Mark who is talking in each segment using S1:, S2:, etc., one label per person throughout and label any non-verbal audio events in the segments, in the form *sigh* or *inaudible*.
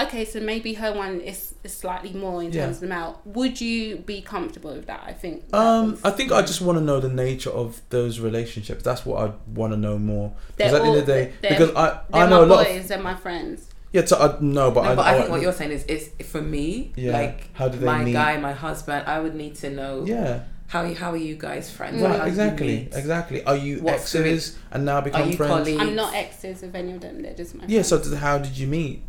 S1: Okay, so maybe her one is, is slightly more in
S2: Yeah.
S1: terms of the amount. Would you be comfortable with that? I think. that
S2: Um,
S1: was-
S2: I think I just want to know the nature of those relationships. That's what I want to know more. Because
S1: They're
S2: at the end
S1: all-
S2: of the day,
S1: they're-
S2: because I,
S1: They're
S2: I know a
S1: my
S2: lot. Of,
S1: boys. They're my friends.
S2: yeah, so I no, but
S3: No,
S2: I,
S3: but I, think
S2: I-
S3: what you're saying is, is for me,
S2: Yeah.
S3: like
S2: How do they
S3: my
S2: meet?
S3: guy, my husband, I would need to know
S2: Yeah,
S3: how you, how are you guys friends?
S2: right,
S3: How do Mm. you
S2: exactly,
S3: meet?
S2: exactly. Are you
S3: What's the re-
S2: exes and now become
S3: you
S2: friends?
S3: colleagues?
S1: I'm not exes with any of them. They're just my.
S2: Yeah.
S1: friends.
S2: So did, how did you meet?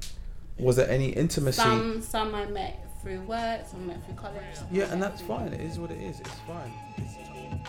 S2: Was there any intimacy?
S1: some some I met through work. Some I met through college. some I
S2: yeah,
S1: met
S2: and that's
S1: through-
S2: fine. It is what it is. It's fine.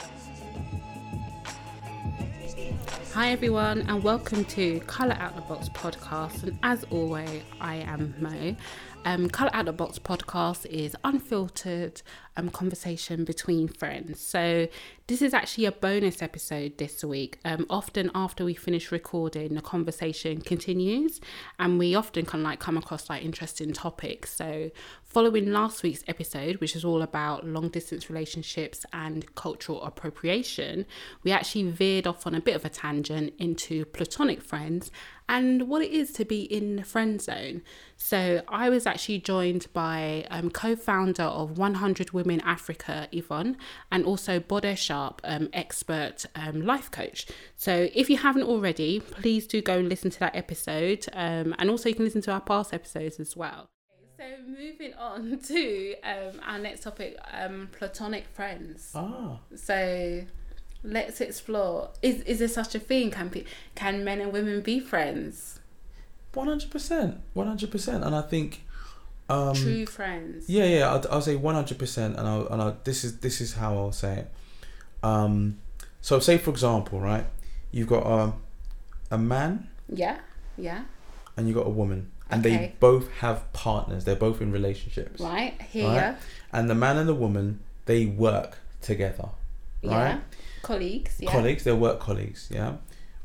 S1: Hi everyone, and welcome to Color Out the Box podcast. And as always, I am Mo. Um, Color Out the Box podcast is unfiltered um, conversation between friends. So this is actually a bonus episode this week. Um, often after we finish recording, the conversation continues, and we often can like come across like interesting topics. So following last week's episode, which is all about long distance relationships and cultural appropriation, we actually veered off on a bit of a tangent into platonic friends and what it is to be in the friend zone. So I was actually joined by um, co-founder of 100 Women Africa, Yvonne, and also Bode Sharp, um, expert um, life coach. So if you haven't already, please do go and listen to that episode. Um, and also you can listen to our past episodes as well. So moving on *laughs* to um, our next topic, um, platonic friends.
S2: Ah,
S1: So let's explore: is is there such a thing? Can pe- can men and women be friends?
S2: one hundred percent, one hundred percent. And I think, um,
S1: True friends.
S2: Yeah, yeah. I'll, I'll say one hundred percent, and I'll and I'll, this is this is how I'll say it. Um, so say for example, right, you've got a a man
S1: Yeah. Yeah.
S2: and you've got a woman, and
S1: Okay.
S2: they both have partners. They're both in relationships,
S1: Right. Here.
S2: Right. and the man and the woman they work together,
S1: Yeah.
S2: right?
S1: Colleagues. Yeah.
S2: Colleagues, they're work colleagues, yeah,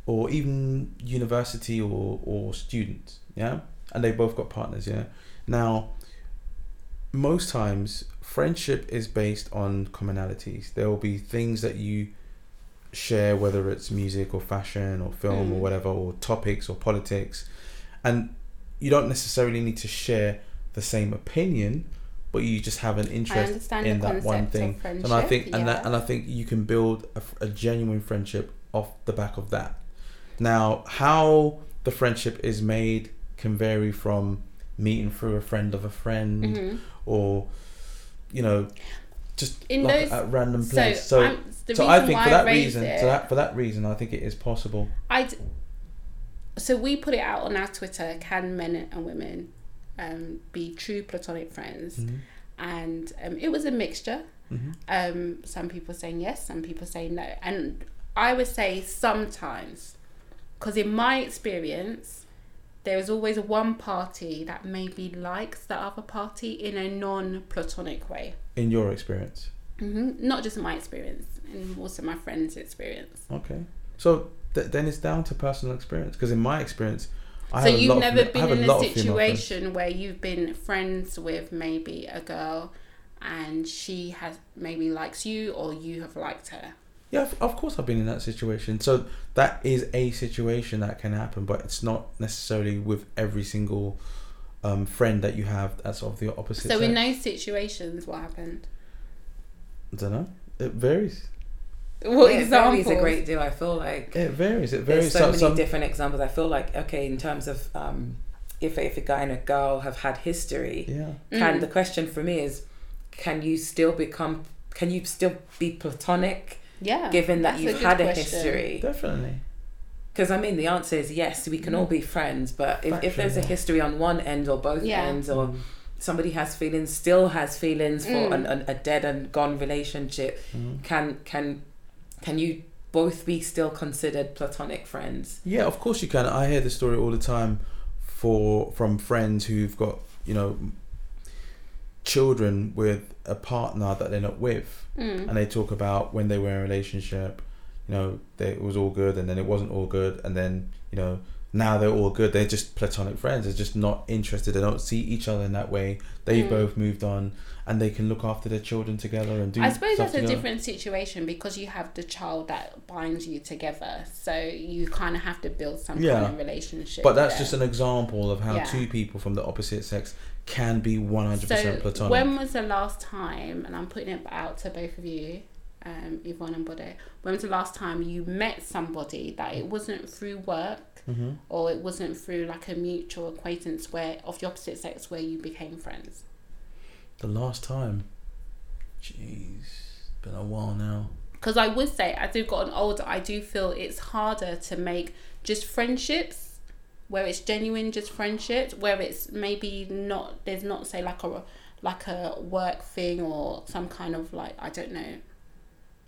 S2: or even university or or students, yeah, and they both got partners, yeah. Now, most times friendship is based on commonalities. There will be things that you share, whether it's music or fashion or film or
S1: Mm.
S2: whatever, or topics or politics. And you don't necessarily need to share the same opinion, but you just have an
S1: I
S2: interest
S1: understand
S2: in
S1: the
S2: that
S1: concept
S2: one thing.
S1: of friendship.
S2: And I think
S1: yeah.
S2: and that and I think you can build a, f- a genuine friendship off the back of that. Now, how the friendship is made can vary from meeting through a friend of a friend
S1: Mhm.
S2: or you know just
S1: In
S2: like
S1: those-
S2: at random place. So so,
S1: I'm- the
S2: I
S1: reason
S2: think
S1: why
S2: for that
S1: raised
S2: reason,
S1: it-
S2: so that for that reason, I think it is possible.
S1: I. D- so we put it out on our Twitter: Can men and women um, be true platonic friends? And um, it was a mixture. Um, some people saying yes, some people saying no, and I would say sometimes, because in my experience, there is always one party that maybe likes the other party in a non-platonic way.
S2: In your experience,
S1: hmm Not just in my experience, and also my friend's experience.
S2: okay. So th- then it's down to personal experience because in my experience, I
S1: so
S2: have a
S1: you've
S2: lot
S1: never
S2: of, fema- I
S1: been
S2: have a
S1: in
S2: lot
S1: a
S2: of female friends.
S1: situation where you've been friends with maybe a girl and she has maybe likes you or you have liked her
S2: Yeah, of- of course I've been in that situation. So that is a situation that can happen, but it's not necessarily with every single um, friend that you have that's of the opposite.
S1: so
S2: sex.
S1: in those situations what happened
S2: I don't know. It varies.
S1: what
S3: yeah,
S1: example
S3: Is a great deal. I feel like
S2: It varies. It varies.
S3: there's so
S2: Some-
S3: many
S2: some-
S3: different examples. I feel like okay, in terms of um, if if a guy and a girl have had history,
S2: yeah.
S1: Mm.
S3: can the question for me is, can you still become? Can you still be platonic,
S1: yeah
S3: given that
S1: that's
S3: you've
S1: good
S3: had a
S1: question.
S3: history?
S2: Definitely.
S3: Because I mean, the answer is yes. We can all be friends, but if, if there's a
S2: Factually.
S3: history on one end or both
S1: Yeah.
S3: ends, or somebody has feelings, still has feelings
S1: Mm.
S3: for an, an, a dead and gone relationship,
S2: Mhm.
S3: can can can you both be still considered platonic friends?
S2: Yeah, of course you can. I hear the story all the time for from friends who've got you know children with a partner that they're not with,
S1: Mm.
S2: and they talk about when they were in a relationship. You know, they, it was all good, and then it wasn't all good, and then you know now they're all good. They're just platonic friends. They're just not interested. They don't see each other in that way. They've
S1: Mm.
S2: both moved on, and they can look after their children together and do.
S1: I suppose
S2: stuff
S1: that's a
S2: together.
S1: different situation because you have the child that binds you together, so you kind of have to build some kind
S2: Yeah.
S1: of relationship.
S2: But that's
S1: there.
S2: just an example of how
S1: Yeah.
S2: two people from the opposite sex can be one hundred percent platonic.
S1: When was the last time, and I'm putting it out to both of you, um, Yvonne and Bode, when was the last time you met somebody that it wasn't through work
S2: hmm
S1: or it wasn't through like a mutual acquaintance where of the opposite sex where you became friends?
S2: The last time, jeez, been a while now.
S1: Because I would say, as we've gotten older, I do feel it's harder to make just friendships where it's genuine, just friendships where it's maybe not there's not say like a like a work thing or some kind of like I don't know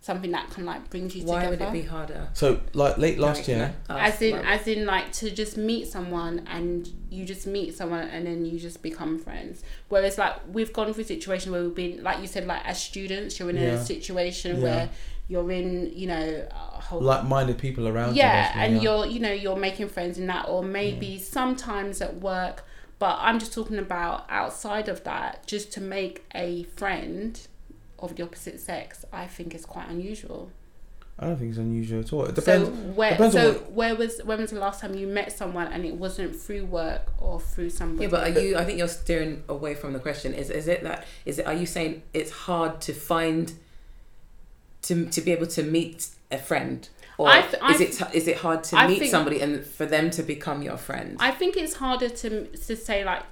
S1: something that can like bring you
S3: Why would
S1: together.
S3: it be harder?
S2: So like late last
S3: Like,
S2: year,
S3: no, us,
S1: as in,
S3: like,
S1: as in, like to just meet someone and you just meet someone and then you just become friends. Whereas, like we've gone through a situation where we've been, like you said, like as students, you're in
S2: Yeah.
S1: a situation
S2: Yeah.
S1: where you're in, you know, a whole
S2: like-minded people around. you,
S1: yeah
S2: basically,
S1: and you're you know you're making friends in that or maybe sometimes at work but i'm just talking about outside of that just to make a friend of the opposite sex i think is quite unusual
S2: I don't think it's unusual at all. It depends.
S1: so where
S2: depends on
S1: so
S2: what-
S1: where was when was the last time you met someone and it wasn't through work or through somebody
S3: Yeah, but are you? I think you're steering away from the question. Is is it that? Is it? Are you saying it's hard to find to to be able to meet a friend, or
S1: I th- I
S3: is it is it hard to
S1: I
S3: meet
S1: think-
S3: somebody and for them to become your friend?
S1: I think it's harder to to say like,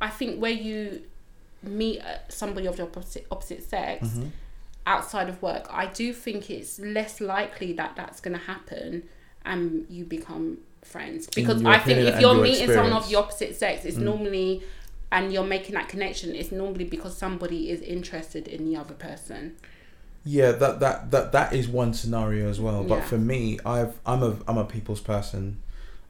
S1: I think where you meet uh, somebody of the opposite opposite sex
S2: Mhm.
S1: outside of work, I do think it's less likely that that's going to happen, and you become friends because
S2: your
S1: I think
S2: opinion
S1: if
S2: and
S1: you're
S2: your
S1: meeting someone of
S2: experience. Mm.
S1: the opposite sex, it's normally and you're making that connection it's normally because somebody is interested in the other person
S2: Yeah, that that that that is one scenario as well. But
S1: Yeah.
S2: for me, I've I'm a I'm a people's person,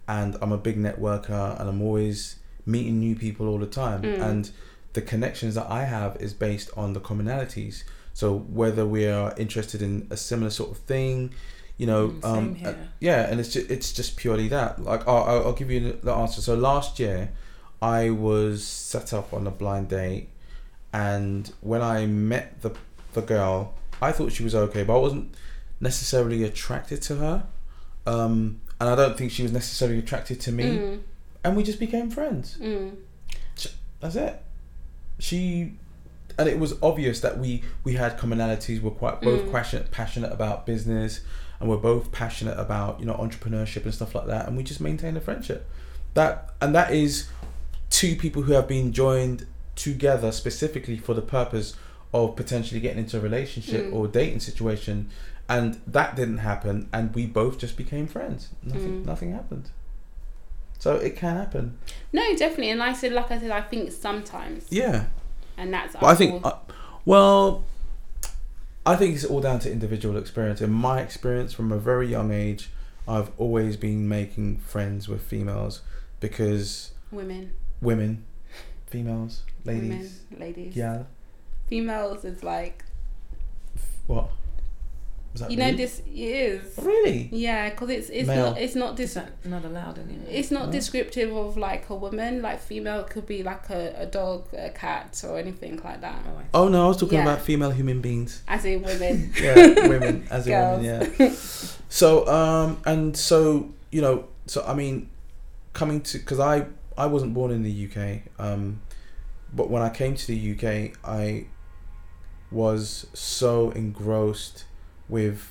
S2: and I'm a big networker, and I'm always meeting new people all the time.
S1: Mm.
S2: And the connections that I have is based on the commonalities. So whether we are interested in a similar sort of thing, you know,
S3: Mm, same
S2: um,
S3: here.
S2: yeah, and it's just, it's just purely that. Like I'll, I'll I'll give you the answer. So last year, I was set up on a blind date, and when I met the the girl, I thought she was okay, but I wasn't necessarily attracted to her, um, and I don't think she was necessarily attracted to me.
S1: Mm,
S2: And we just became friends.
S1: mm.
S2: That's it. She, and it was obvious that we we had commonalities. We're quite both
S1: Mm.
S2: passionate passionate about business, and we're both passionate about you know entrepreneurship and stuff like that. And we just maintained a friendship. That and that is two people who have been joined together specifically for the purpose of potentially getting into a relationship
S1: Mm.
S2: or dating situation. And that didn't happen, and we both just became friends. Nothing,
S1: Mm.
S2: nothing happened. So it can happen.
S1: no definitely and i said like i said i think sometimes
S2: Yeah.
S1: and that's
S2: But I
S1: all-
S2: think, uh, well, I think it's all down to individual experience. In my experience, from a very young age, I've always been making friends with females because
S1: women
S2: women, females, ladies,
S1: women ladies
S2: yeah.
S1: females is like
S2: What? Was that
S1: you know
S2: rude?
S1: this is
S2: Really?
S1: yeah because it's it's
S2: Male.
S1: not it's not dis-
S3: Is that not allowed anymore?
S1: it's not
S2: No.
S1: descriptive of like a woman like female could be like a, a dog a cat or anything like that
S3: Oh, I-
S2: Oh no, I was talking
S1: Yeah.
S2: about female human beings.
S1: as in women
S2: Yeah, women as a
S1: girls
S2: woman. Yeah. So um and so you know so I mean coming to because I I wasn't born in the UK um but when I came to the UK I was so engrossed with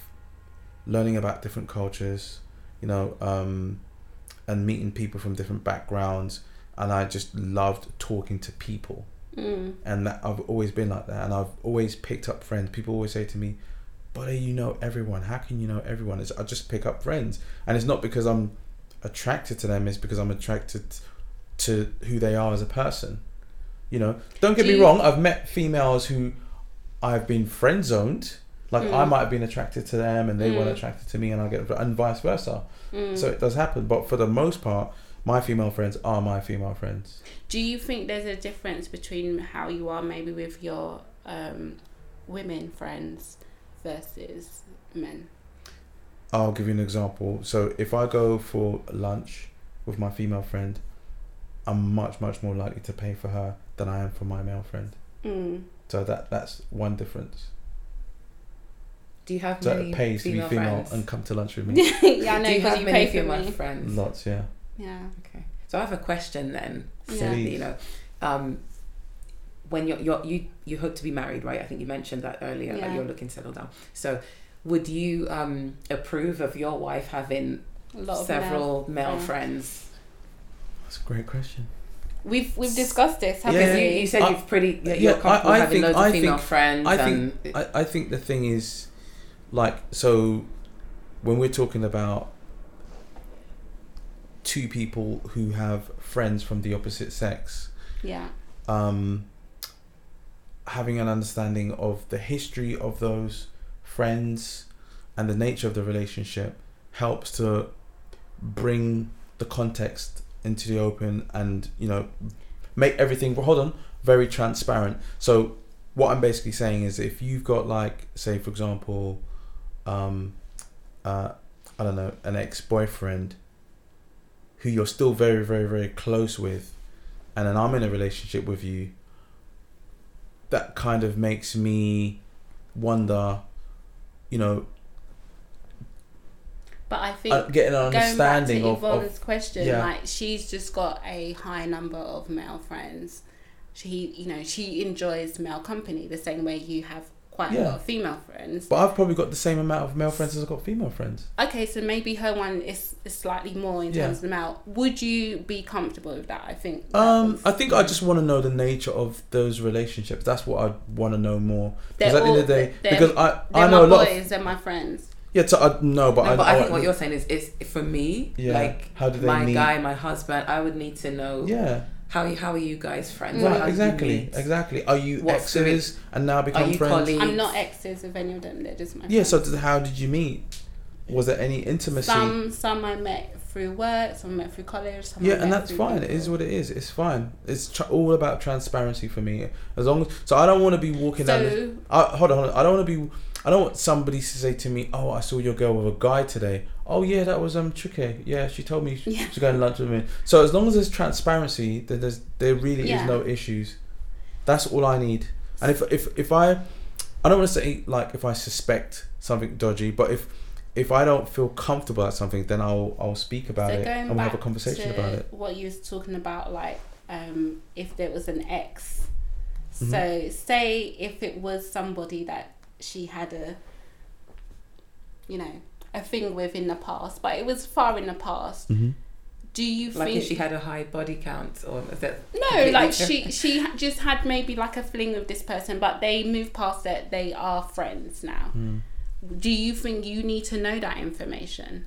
S2: learning about different cultures you know um and meeting people from different backgrounds and I just loved talking to people
S1: *laughs* mm.
S2: and that I've always been like that, and I've always picked up friends. People always say to me, "But you know everyone. How can you know everyone?" It's, I just pick up friends, and it's not because I'm attracted to them. It's because I'm attracted to who they are as a person. You know, don't get
S1: Do
S2: me
S1: you-
S2: wrong. I've met females who I've been friend zoned. Like I
S1: Mm.
S2: might have been attracted to them, and they weren't
S1: Mm.
S2: attracted to me, and I get and vice versa.
S1: Mm.
S2: So it does happen. But for the most part, my female friends are my female friends.
S1: do you think there's a difference between how you are maybe with your um women friends versus men
S2: I'll give you an example. So if I go for lunch with my female friend, I'm much much more likely to pay for her than I am for my male friend.
S1: Mm.
S2: So that that's one difference.
S3: Do you have
S2: So
S3: many
S2: it pays to be
S3: female
S2: female
S3: friends?
S2: and come to lunch with
S3: *laughs*
S2: me.
S1: *laughs* yeah, I know
S3: Do you
S1: because
S3: have
S1: you, pay
S3: many
S1: for
S3: female
S1: me.
S3: friends?
S2: Lots, yeah.
S1: Yeah.
S3: Okay. So I have a question then.
S1: Yeah.
S3: You know, um, when you're, you're you you hope to be married, right? I think you mentioned that earlier.
S1: Yeah.
S3: Like you're looking to settle down. So, would you um, approve of your wife having
S1: A lot of men.
S3: several male,
S1: friends.
S3: friends?
S2: That's a great question.
S1: We've we've discussed this, haven't
S2: Yeah.
S3: Because
S1: we?
S3: you, you said
S2: I-
S3: you've pretty
S2: yeah,
S3: you're comfortable
S2: I- I
S3: having
S2: think-
S3: loads
S2: I
S3: of female
S2: think-
S3: friends.
S2: I
S3: and
S2: think I, I think the thing is like so when we're talking about two people who have friends from the opposite sex
S1: yeah.
S2: um having an understanding of the history of those friends and the nature of the relationship helps to bring the context into the open and you know make everything well, hold on very transparent so what i'm basically saying is if you've got like say for example um uh i don't know an ex-boyfriend who you're still very very very close with and then i'm in a relationship with you that kind of makes me wonder you know
S1: But I think
S2: uh, getting
S1: going
S2: an
S1: back to
S2: understanding of, of
S1: Yvonne's question,
S2: yeah.
S1: like she's just got a high number of male friends. She, you know, she enjoys male company the same way you have quite a
S2: Yeah.
S1: lot of female friends.
S2: But I've probably got the same amount of male friends as I've got female friends.
S1: Okay, so maybe her one is, is slightly more in
S2: Yeah.
S1: terms of the male. Would you be comfortable with that? I think. that
S2: Um,
S1: was-
S2: I think I just want to know the nature of those relationships. That's what I want to know more. Because
S1: They're
S2: at the end
S1: all-
S2: of the day,
S1: they're-
S2: because I,
S1: they're
S2: I know a
S1: my
S2: lot. Of,
S1: boys. They're my friends.
S2: yeah, so I no, but
S3: no,
S2: I,
S3: but I, think
S2: want-
S3: what you're saying is it's for me.
S2: yeah,
S3: Like
S2: how do they
S3: my
S2: meet?
S3: guy, my husband, I would need to know
S2: Yeah,
S3: how you how are you guys
S1: Mm.
S3: friends?
S2: right,
S3: How do you
S2: exactly,
S3: meet?
S2: exactly. Are you
S3: What's the re-
S2: exes and now become
S3: you
S2: friends?
S3: colleagues?
S1: I'm not exes of any of them. They're just my.
S2: Yeah.
S1: friends.
S2: So th- how did you meet? Was there any intimacy?
S1: Some some I met through work. Some I met through college. Some I
S2: yeah,
S1: met
S2: and that's
S1: through
S2: fine. It
S1: people.
S2: is what it is. It's fine. It's tr- all about transparency for me. As long as so, I don't want to be walking down. the-
S1: So
S2: I, hold on, hold on. I don't want to be. I don't want somebody to say to me, "Oh, I saw your girl with a guy today." Oh yeah, that was um Chike. Yeah, she told me she,
S1: Yeah.
S2: she's going to lunch with me. So as long as there's transparency, then there's there really
S1: Yeah.
S2: is no issues. That's all I need. And if if if I, I don't want to say like if I suspect something dodgy, but if if I don't feel comfortable at something, then I'll I'll speak about it and we'll have a
S1: back
S2: conversation
S1: to
S2: about it.
S1: What you was talking about, like um, if there was an ex. So
S2: Mhm.
S1: say if it was somebody that she had a, you know, a thing with in the past, but it was far in the past.
S2: Mm-hmm.
S1: Do you
S3: Like
S1: think
S3: if she had a high body count, or is that
S1: no?
S3: completely *laughs*
S1: Like she
S3: different?
S1: she ha- just had maybe like a fling with this person, but they moved past it. They are friends now.
S2: Hmm.
S1: Do you think you need to know that information?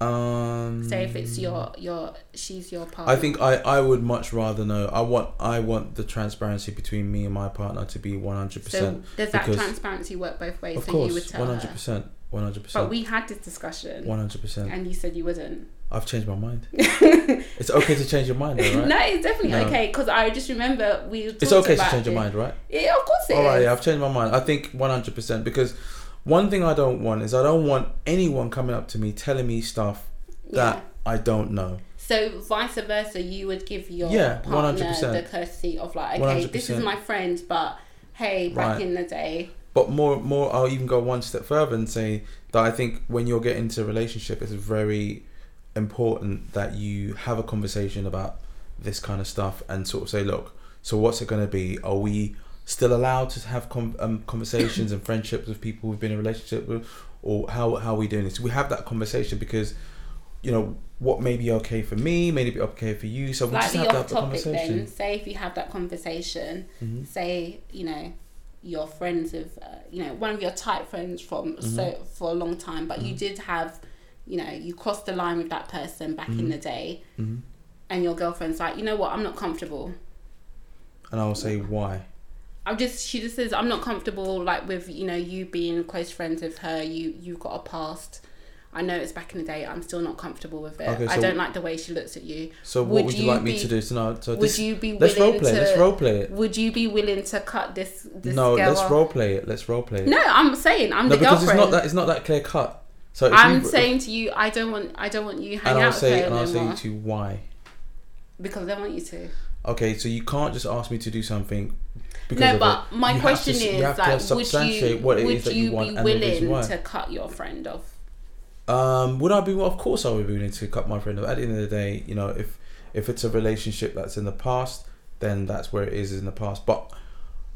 S2: Um,
S1: So if it's your your she's your partner.
S2: I think I, I would much rather know. I want I want the transparency between me and my partner to be one hundred
S1: So
S2: percent.
S1: does that
S2: because-
S1: transparency work both ways?
S2: Of
S1: so you would
S2: course,
S1: tell
S2: one hundred
S1: her.
S2: percent, one
S1: But
S2: hundred percent,
S1: we had this discussion,
S2: one hundred percent.
S1: and you said you wouldn't. *laughs*
S2: I've changed my mind. it's okay to change your
S1: *laughs*
S2: mind, though, right?
S1: no, it's definitely
S2: No.
S1: okay because I just remember we.
S2: it's
S1: talked
S2: okay to
S1: about
S2: change your
S1: it.
S2: mind, right?
S1: Yeah, of course it is.
S2: All right, yeah, I've changed my mind. I think 100% because one thing I don't want is I don't want anyone coming up to me telling me stuff that
S1: Yeah.
S2: I don't know.
S1: So vice versa, you would give your
S2: Yeah,
S1: partner
S2: 100%.
S1: the courtesy of like, okay, this is
S2: 100%.
S1: my friend, but hey, back
S2: Right.
S1: in the day,
S2: But more, more, I'll even go one step further and say that I think when you're getting into a relationship, it's very important that you have a conversation about this kind of stuff and sort of say, look, so what's it going to be? Are we still allowed to have com- um, conversations and friendships with people we've been in a relationship with, or how how are we doing this? We have that conversation because you know what may be okay for me, may not be okay for you. So we just
S1: slightly
S2: have to
S1: off
S2: have the
S1: topic. Then
S2: conversation.
S1: say if you have that conversation,
S2: Mhm.
S1: say you know your friends of uh, you know one of your tight friends from
S2: Mm-hmm.
S1: so for a long time but you did have you know you crossed the line with that person back in the day
S2: Mhm.
S1: and your girlfriend's like you know what i'm not comfortable
S2: And I'll say why.
S1: i'm just she just says i'm not comfortable like with you know you being close friends with her you you got a past i know it's back in the day i'm still not comfortable with it
S2: Okay,
S1: i
S2: so-
S1: don't like the way she looks at you
S2: So what
S1: Would
S2: would, you
S1: you
S2: like me
S1: be-
S2: to do? So, no, so
S1: would
S2: this,
S1: you be
S2: let's
S1: willing
S2: role play.
S1: to
S2: Let's role play it.
S1: would you be willing to cut this this
S2: No,
S1: girl
S2: let's
S1: off?
S2: role play it. Let's role play it.
S1: no i'm saying i'm
S2: no,
S1: the
S2: because
S1: girlfriend
S2: it's not that it's not that clear cut. So if
S1: I'm
S2: we-
S1: saying to you, I don't want, I don't want you
S2: and
S1: hanging
S2: I'll
S1: out with
S2: say,
S1: her
S2: and I'll
S1: no
S2: say
S1: more
S2: to you why.
S1: because I don't want you to.
S2: Okay, so you can't just ask me to do something. Because
S1: No,
S2: of
S1: but
S2: it.
S1: my
S2: You have
S1: question
S2: to, s- you
S1: is,
S2: have to
S1: like, would you,
S2: substantiate what it
S1: would
S2: is that
S1: you,
S2: you want
S1: be
S2: and the
S1: willing
S2: reason why.
S1: to cut your friend off?
S2: Um, would I be? Well, of course, I would be willing to cut my friend off. At the end of the day, you know, if if it's a relationship that's in the past, then that's where it is in the past. But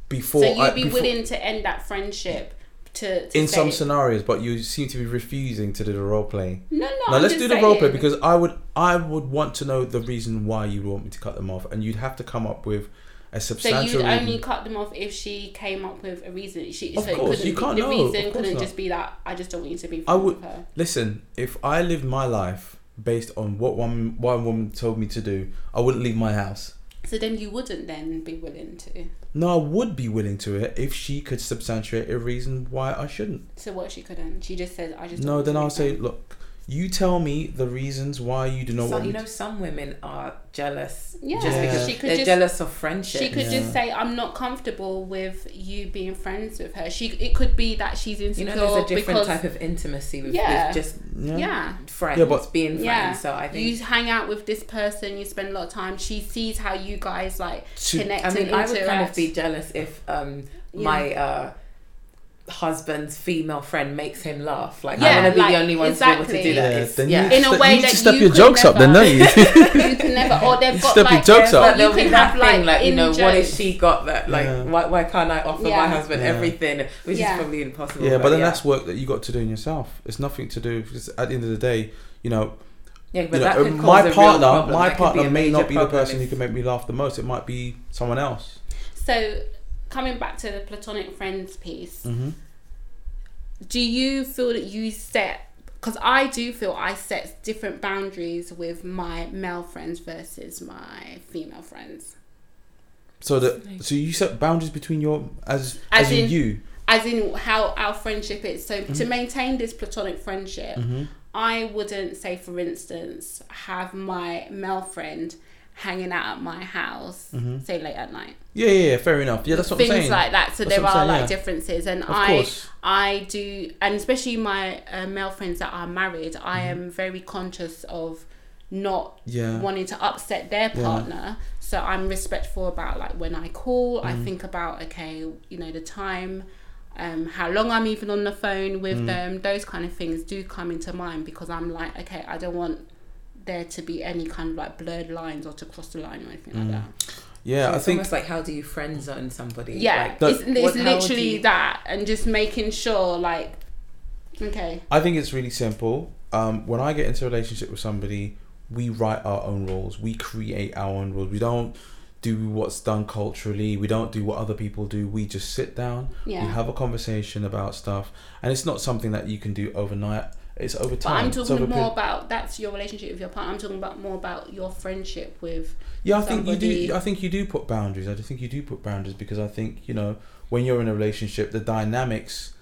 S2: before,
S1: so you'd
S2: I,
S1: be
S2: before-
S1: willing to end that friendship to, to
S2: uh, in some
S1: say-
S2: scenarios, but you seem to be refusing to do the role play.
S1: No, no.
S2: now
S1: I'm
S2: let's
S1: just
S2: do the role play
S1: saying.
S2: because I would I would want to know the reason why you would want me to cut them off, and you'd have to come up with a
S1: So
S2: substantial.
S1: you'd
S2: reason.
S1: only cut them off if she came up with a reason. She,
S2: Of
S1: so it
S2: course,
S1: couldn't
S2: you
S1: be-
S2: can't
S1: The
S2: know, of
S1: reason
S2: course
S1: couldn't
S2: not.
S1: just be that I just don't want you to be.
S2: I
S1: friends
S2: would-
S1: with her.
S2: Listen, if I lived my life based on what one one woman told me to do, I wouldn't leave my house.
S1: So then you wouldn't then be willing to.
S2: No, I would be willing to it if she could substantiate a reason why I shouldn't.
S1: So what if she couldn't? She just says, "I just." don't
S2: No,
S1: want
S2: then
S1: to be
S2: I'll say,
S1: friends."
S2: look, you tell me the reasons why you do not
S3: So,
S2: want
S3: you
S2: me.
S3: know, some women are jealous.
S1: Yeah,
S3: Just
S2: Yeah.
S3: because
S1: she could
S3: they're
S1: just.
S3: jealous of friendship.
S1: She could
S2: Yeah.
S1: just say, "I'm not comfortable with you being friends with her." She it could be that she's
S3: you
S1: insecure
S3: know, there's a different
S1: because
S3: type of intimacy with,
S1: Yeah.
S3: with just
S2: yeah.
S1: yeah,
S3: friends,
S2: Yeah, but-
S3: being friends.
S1: Yeah.
S3: So I think
S1: you hang out with this person, you spend a lot of time. She sees how you guys like
S2: To-
S1: connect.
S3: I mean,
S1: and
S3: I would kind of
S1: interact.
S3: be *laughs* jealous if um,
S1: Yeah.
S3: my uh, husband's female friend makes him laugh. Like,
S1: Yeah,
S3: I want to be
S1: like,
S3: the only one to
S1: exactly.
S3: be able to do that.
S2: Yeah,
S3: It's-
S2: then
S3: yeah.
S2: you,
S1: In a
S2: st-
S1: way
S2: you need
S1: that
S2: to step
S1: you
S2: your
S1: could
S2: jokes up, then,
S1: never-
S2: don't you?
S1: *laughs* *laughs*
S2: *laughs*
S1: you can never or they've got
S2: Step your
S1: like
S2: jokes up.
S3: But
S1: you
S3: there'll be
S1: can
S3: that
S1: have
S3: thing,
S1: like,
S3: like, you know, what
S1: in-jokes.
S3: has she got that? Like,
S2: Yeah.
S3: why, why can't I offer
S1: Yeah.
S3: my husband
S2: Yeah.
S3: everything? Which
S1: Yeah.
S3: is probably impossible.
S2: yeah, but then that's work that you got to do in yourself. It's nothing to do because at the end of the day, you know,
S3: yeah,
S2: you
S3: but
S2: know,
S3: that could
S2: uh,
S3: cause a
S2: my
S3: real
S2: partner,
S3: problem.
S2: my
S3: That could
S2: partner
S3: a
S2: may
S3: major
S2: not be the
S3: problem
S2: person who
S3: if-
S2: can make me laugh the most. It might be someone else.
S1: So, coming back to the platonic friends piece,
S3: Mm.
S2: Mm-hmm.
S1: do you feel that you set? Because I do feel I set different boundaries with my male friends versus my female friends.
S2: So that so you set boundaries between your as
S1: As
S2: as, in,
S1: in-
S2: you.
S1: As in how our friendship is. So to maintain this platonic friendship,
S2: Mm-hmm.
S1: I wouldn't say, for instance, have my male friend hanging out at my house,
S2: Mhm.
S1: say late at night.
S2: Yeah, yeah, yeah, fair enough. Yeah, that's what
S1: Things
S2: I'm saying.
S1: like that. So
S2: That's
S1: there
S2: what
S1: are
S2: I'm saying,
S1: like
S2: yeah.
S1: differences, and
S2: of
S1: I
S2: course.
S1: I do, and especially my uh, male friends that are married, I
S2: Mm-hmm.
S1: am very conscious of not
S2: Yeah.
S1: wanting to upset their
S2: Yeah.
S1: partner. So I'm respectful about like when I call,
S2: Mm.
S1: I think about okay, you know, the time, um, how long I'm even on the phone
S2: Mm.
S1: with them. Those kind of things do come into mind because I'm like, okay, I don't want there to be any kind of like blurred lines or to cross the line or anything
S2: Mm.
S1: like that.
S2: Yeah,
S3: So
S2: I
S3: it's
S2: think
S3: almost like how do you friend zone somebody?
S1: Yeah,
S3: Like,
S2: That-
S1: it's, it's
S3: what- how would
S1: literally
S3: you-
S1: that, and just making sure, like, okay,
S2: I think it's really simple. Um, when I get into a relationship with somebody, we write our own rules. We create our own rules. We don't do what's done culturally. We don't do what other people do. We just sit down.
S1: yeah.
S2: We have a conversation about stuff, and it's not something that you can do overnight. It's over
S1: but
S2: time.
S1: I'm
S2: It's
S1: talking
S2: over a
S1: more
S2: period-
S1: about that's your relationship with your partner. I'm talking about more about your friendship with.
S2: Yeah, I think you
S1: somebody-
S2: do. I think you do put boundaries. I do think you do put boundaries because I think you know when you're in a relationship, the dynamics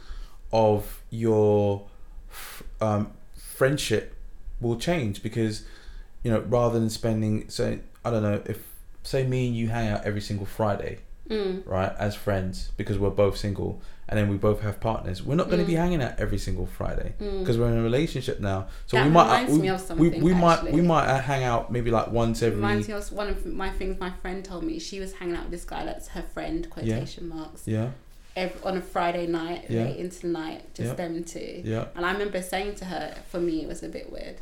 S2: of your f- um, friendship will change because you know rather than spending so I don't know if say me and you hang out every single Friday,
S1: Mm,
S2: right, as friends because we're both single and then we both have partners. We're not going to be
S1: Mm.
S2: hanging out every single Friday
S1: mm.
S2: because we're in a relationship now. So
S1: that
S2: we might uh,
S1: reminds
S2: we,
S1: me of
S2: we,
S1: something.
S2: we might we
S1: actually.
S2: might uh, hang out maybe like once every
S1: Reminds me of one of my things my friend told me. She was hanging out with this guy that's her friend, quotation marks,
S2: yeah
S1: ev on a Friday night,
S2: Yeah.
S1: late into the night, just
S2: Yeah.
S1: them two.
S2: yeah.
S1: And I remember saying to her, for me, it was a bit weird.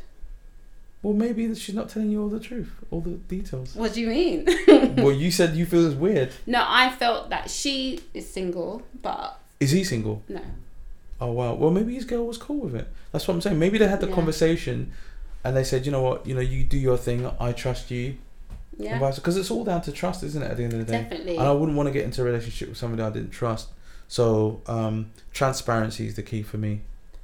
S2: Well, maybe that she's not telling you all the truth, all the
S1: *laughs*
S2: details.
S1: What do you mean?
S2: well, you said you feel it's weird.
S1: No, I felt that she is single, but
S2: Is he single?
S1: no.
S2: Oh wow. Well, maybe his girl was cool with it. That's what I'm saying. Maybe they had the
S1: Yeah.
S2: conversation, and they said, you know what, you know, you do your thing. I trust you.
S1: Yeah,
S2: Because it's all down to trust, isn't it? At the end of the day.
S1: definitely.
S2: And I wouldn't want to get into a relationship with somebody I didn't trust. So um, transparency is the key for me.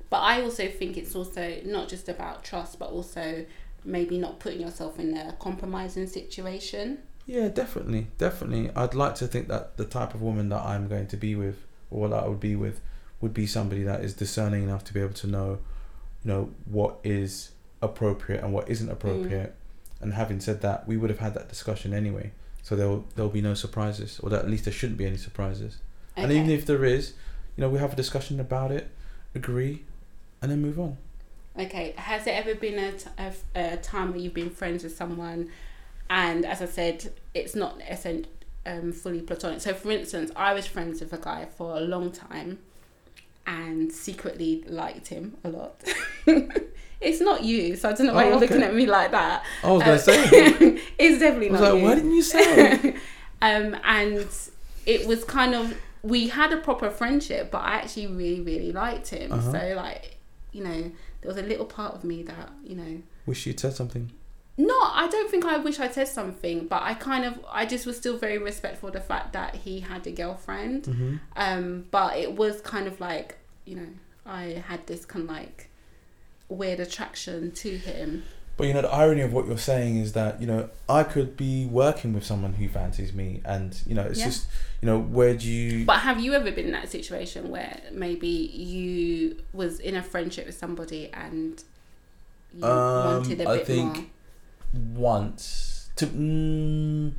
S1: But I also think it's also not just about trust, but also maybe not putting yourself in a compromising situation.
S2: Yeah, definitely, definitely. I'd like to think that the type of woman that I'm going to be with, or that I would be with, would be somebody that is discerning enough to be able to know, you know, what is appropriate and what isn't
S1: Mm.
S2: appropriate. And having said that, we would have had that discussion anyway, so there'll there'll be no surprises, or that at least there shouldn't be any surprises. And
S1: Okay.
S2: even if there is, you know, we have a discussion about it, agree, and then move on.
S1: Okay. Has there ever been a, t- a f- a time where you've been friends with someone, and as I said, it's not essen- um, fully platonic? So, for instance, I was friends with a guy for a long time, and secretly liked him a lot. *laughs* it's not you, so I don't know why
S2: Oh,
S1: you're looking
S2: okay.
S1: at me like that.
S2: I was gonna
S1: Uh,
S2: say.
S1: *laughs* it's
S2: I
S1: definitely
S2: was
S1: not
S2: like,
S1: you. *laughs*
S2: why didn't you say?
S1: um, and it was kind of we had a proper friendship, but I actually really really liked him.
S2: Uh-huh.
S1: So like, you know, there was a little part of me that you know.
S2: Wish you'd said something.
S1: No, I don't think I wish I said something, but I kind of I just was still very respectful of the fact that he had a girlfriend.
S2: Mm-hmm.
S1: Um, but it was kind of like you know I had this kind of like weird attraction to him.
S2: But you know, the irony of what you're saying is that you know I could be working with someone who fancies me, and you know, it's
S1: Yeah.
S2: just you know, where do you?
S1: But have you ever been in that situation where maybe you was in a friendship with somebody and you
S2: Um,
S1: wanted a
S2: I
S1: bit
S2: think-
S1: more?
S2: once to mm,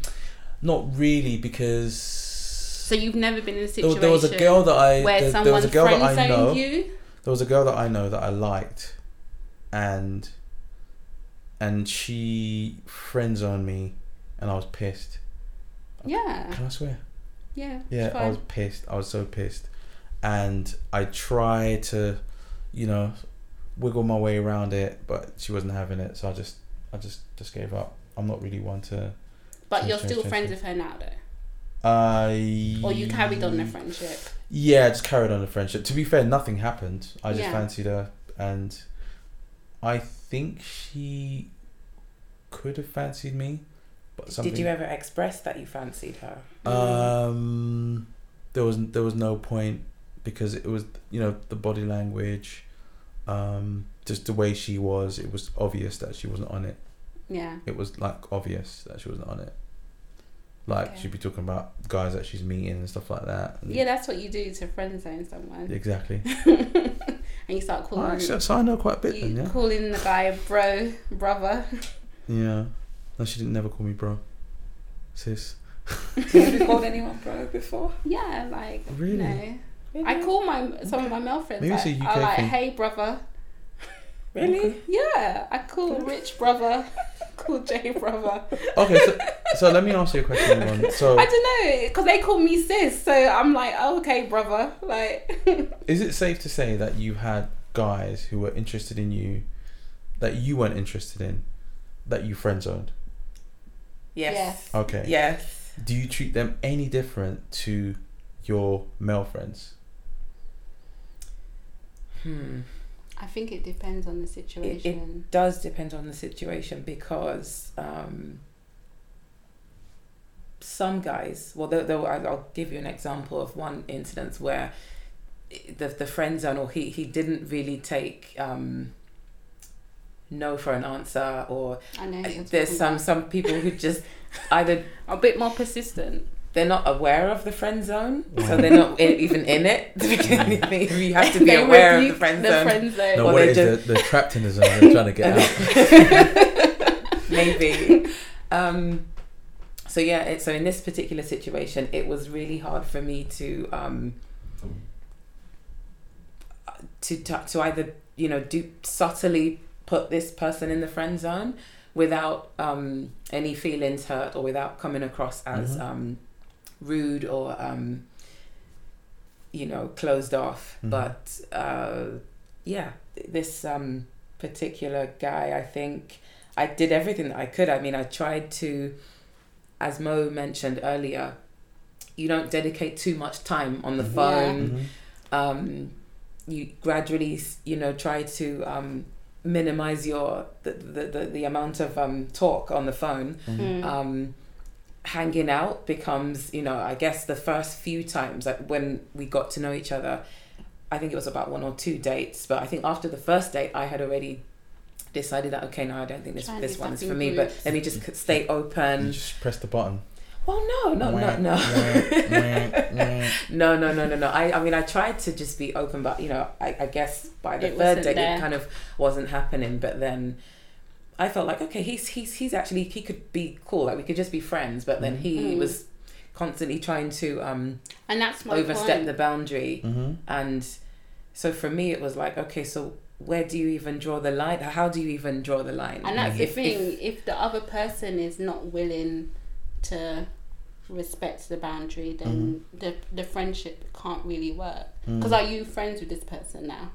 S2: not really because
S1: So you've never been in a
S2: there,
S1: situation
S2: there was a girl that I
S1: where
S2: there,
S1: someone
S2: there was a girl that
S1: friend
S2: I know
S1: zoned you.
S2: there was a girl that I know that I liked, and and she friend zoned me, and I was pissed.
S1: Yeah,
S2: Can I swear?
S1: yeah, it's
S2: Yeah, oh, I
S1: fine.
S2: was pissed. I was so pissed, and I tried to, you know, wiggle my way around it, but she wasn't having it. So I just, I just, just gave up. I'm not really one to.
S1: but
S2: Change,
S1: you're
S2: change,
S1: still
S2: change,
S1: friends with her now, though,
S2: I.
S1: or you carried on the friendship.
S2: Yeah, I just carried on the friendship. To be fair, nothing happened. I just
S1: Yeah.
S2: fancied her, and I think she could have fancied me, but something.
S3: Did you ever express that you
S1: *laughs*
S3: fancied her?
S2: Um, there was there was no point because it was you know the body language, um, just the way she was. It was obvious that she wasn't on it.
S1: yeah,
S2: It was like obvious that she wasn't on it. Like
S1: Okay.
S2: she'd be talking about guys that she's meeting and stuff like that. and-
S1: yeah, that's what you do to friend zone someone, *laughs*
S2: Exactly.
S1: and you start
S2: Oh,
S1: calling.
S2: actually, so I know quite a bit
S1: you
S2: then. Yeah.
S1: calling the guy a bro, brother.
S2: Yeah. No, she didn't never call me bro. Sis.
S3: Have you ever called anyone bro before?
S1: Yeah, like
S2: Really?
S1: no. I
S3: Mm-hmm.
S1: call my some of my male friends.
S2: Maybe it's
S1: like,
S2: a
S1: are
S2: UK
S1: like,
S2: thing.
S1: hey brother.
S3: Really?
S1: Yeah, I
S3: *laughs*
S1: call Rich brother, *laughs* call Jay brother.
S2: Okay, so, so let me ask you a question. Ron.
S1: *laughs*
S2: So
S1: I don't know because they call me sis, so I'm like, oh, okay brother. Like,
S2: Is it safe to say that you had guys who were interested in you that you weren't interested in that you friend zoned?
S3: *laughs* Yes. Oh.
S1: Yes.
S2: Okay.
S3: Yes.
S2: Do you treat them any different to your male friends?
S3: Hmm.
S1: I think it depends on the situation.
S3: does depend on the situation because um, some guys, well, though, though I- I'll give you an example of one incident where the the friend zone or he he didn't really take um, no for an answer or
S1: I know you're
S3: there's
S1: talking
S3: some
S1: about-
S3: some people who just either
S1: a bit more persistent.
S3: they're not aware of the friend zone, so they're not in, even in it. *laughs* you
S1: *laughs*
S3: have to be
S1: They
S3: aware of the
S1: rebuke
S3: friend
S1: the
S3: zone,
S1: friend zone.
S2: No,
S3: Well,
S2: what
S3: they
S2: is it? They're trapped in the zone. They're trying to
S3: *laughs*
S2: get out.
S3: maybe. Um, so yeah, it, so in this particular situation, it was really hard for me to um, to to to either you know do subtly put this person in the friend zone without um, any feelings hurt or without coming across as
S2: Mhm.
S3: um, rude or um, you know closed off
S2: Mhm.
S3: but uh, yeah th- this um, particular guy i think i did everything that i could i mean i tried to as mo mentioned earlier you don't dedicate too much time on the
S2: Mhm.
S3: phone
S2: Mhm.
S3: um, you gradually you know try to um, minimize your the, the, the, the amount of um, talk on the phone
S2: Mhm.
S1: Mm.
S3: um, hanging out becomes you know i guess the first few times like when we got to know each other i think it was about one or two dates but i think after the first date i had already decided that okay no i don't think this
S1: Try and
S3: this
S1: do
S3: one is
S1: something
S3: for me but let me just c- stay
S2: You
S3: open
S2: just press the button.
S3: well no no no no
S2: no.
S3: *laughs* No, no, no, no, no. I, I mean, I tried to just be open, but you know, I, I guess by the
S1: It
S3: third
S1: wasn't
S3: date,
S1: there.
S3: it kind of wasn't happening. But then I felt like, okay, he's he's he's actually he could be cool. Like we could just be friends. But then he
S1: Mm.
S3: was constantly trying to um,
S1: and that's my
S3: overstep
S1: point.
S3: the boundary,
S2: mm-hmm.
S3: and so for me, it was like, okay, so where do you even draw the line? How do you even draw the line?
S1: And that's
S3: Like,
S1: the
S3: if- if-
S1: thing, if the other person is not willing to respect the boundary, then
S3: Mm-hmm.
S1: the, the friendship can't really work.
S3: Mm.
S1: Because are you friends with this person now?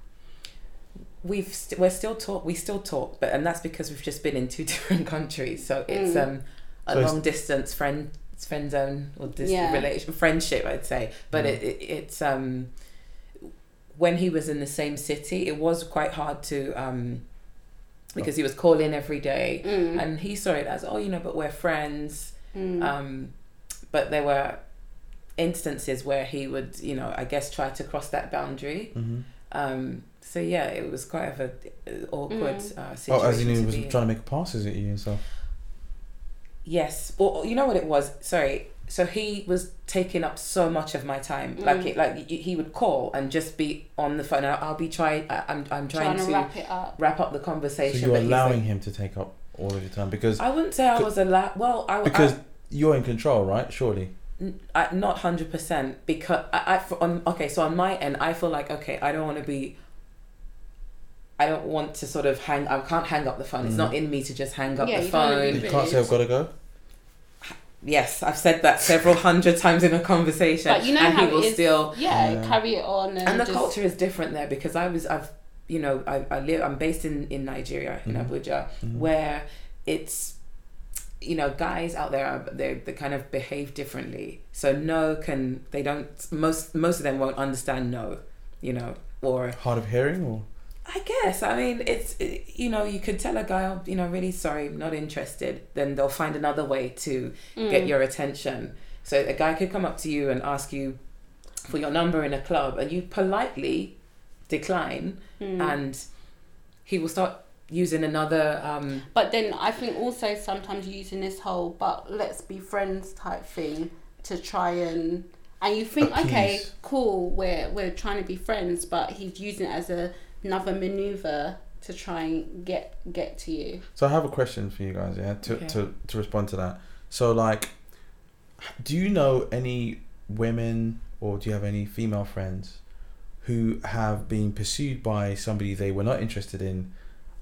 S3: we've st- we're still talk we still talk but and that's because we've just been in two *laughs* different countries so it's
S1: Mm.
S3: um a
S2: So it's-
S3: long distance friend friend zone or this
S1: Yeah.
S3: relation friendship I'd say but
S2: Mm.
S3: it, it it's um when he was in the same city it was quite hard to um because he was calling every day
S1: Mm.
S3: and he saw it as oh you know but we're friends
S1: Mm.
S3: um, but there were instances where he would you know I guess try to cross that boundary
S2: Mm-hmm.
S3: um, so yeah, it was quite of a uh, awkward
S1: Mm.
S3: uh, situation
S2: Oh, as you knew,
S3: to
S2: he was
S3: be in.
S2: trying to make passes at you and stuff.
S3: Yes, or or you know what it was. Sorry. So he was taking up so much of my time. Like
S1: Mm.
S3: it, like y- he would call and just be on the phone. I'll, I'll be trying. I- I'm I'm
S1: trying,
S3: trying,
S1: to,
S3: to wrap,
S1: wrap it up.
S3: up the
S2: So
S3: conversation.
S2: you're
S3: but he's like-
S2: allowing him to take up all of your time because
S3: I wouldn't say I was allowed. Well, I
S2: because
S3: I,
S2: you're in control, right? Surely.
S3: N- I, not hundred percent because I, I for, on okay so on my end I feel like okay I don't want to be I don't want to sort of hang I can't hang up the phone it's
S2: Mhm.
S3: not in me to just hang up
S1: Mm. Yeah,
S3: the
S1: you don't wanna
S3: phone
S1: be
S2: You can't say I've got to go.
S3: yes I've said that several hundred times in a conversation
S1: But you know
S3: and
S1: how
S3: he will
S1: it is.
S3: still
S1: Yeah,
S2: Yeah.
S1: carry it on. And,
S3: and the
S1: just-
S3: culture is different there because I was I've you know I, I live I'm based in in Nigeria in
S2: Mhm.
S3: Abuja
S2: Mhm.
S3: where it's you know guys out there are- they they kind of behave differently so no can they don't most most of them won't understand no you know or
S2: Hard of hearing, or
S3: i guess i mean it's you know you could tell a guy oh, you know really sorry not interested then they'll find another way to get
S1: Mm.
S3: your attention so a guy could come up to you and ask you for your number in a club and you politely decline
S1: Mm.
S3: and he will start using another um
S1: But then I think also sometimes using this whole but let's be friends type thing to try and and you think okay
S2: Appease.
S1: cool we're we're trying to be friends but he's using it as a, another maneuver to try and get get to you.
S2: so I have a question for you guys. Yeah, to
S3: Okay.
S2: to, to respond to that. So like, do you know any women or do you have any female friends who have been pursued by somebody they were not interested in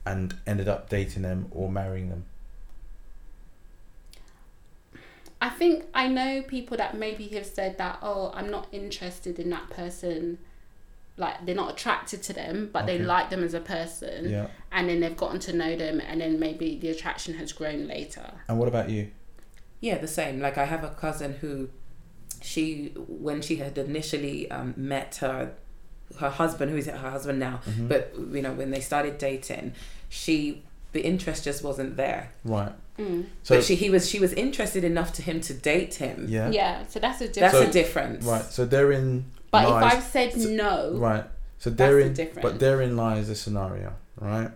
S2: and ended up dating them or marrying them?
S1: I think I know people that maybe have said that oh I'm not interested in that person like they're not attracted to them but they
S2: Okay.
S1: like them as a person
S2: Yeah.
S1: and then they've gotten to know them and then maybe the attraction has grown later.
S2: And what about you?
S3: Yeah, the same. Like I have a cousin who, she when she had initially um, met her, her husband who is her husband now,
S2: Mhm.
S3: but you know when they started dating, she the interest just wasn't there.
S2: Right.
S1: Mm.
S2: So
S3: but she he was she was interested enough to him to date him.
S2: yeah.
S1: Yeah, so that's a different
S3: That's
S2: So-
S3: a difference.
S2: Right. So therein
S1: But
S2: lies
S1: if I've said
S2: So-
S1: no,
S2: Right. So
S1: That's the
S2: therein,
S1: difference.
S2: but therein lies the scenario, right?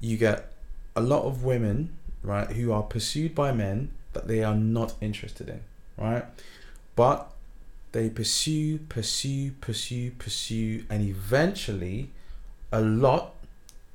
S2: You get a lot of women, right, who are pursued by men that they are not interested in, right? But they pursue, pursue, pursue, pursue, and eventually, a lot,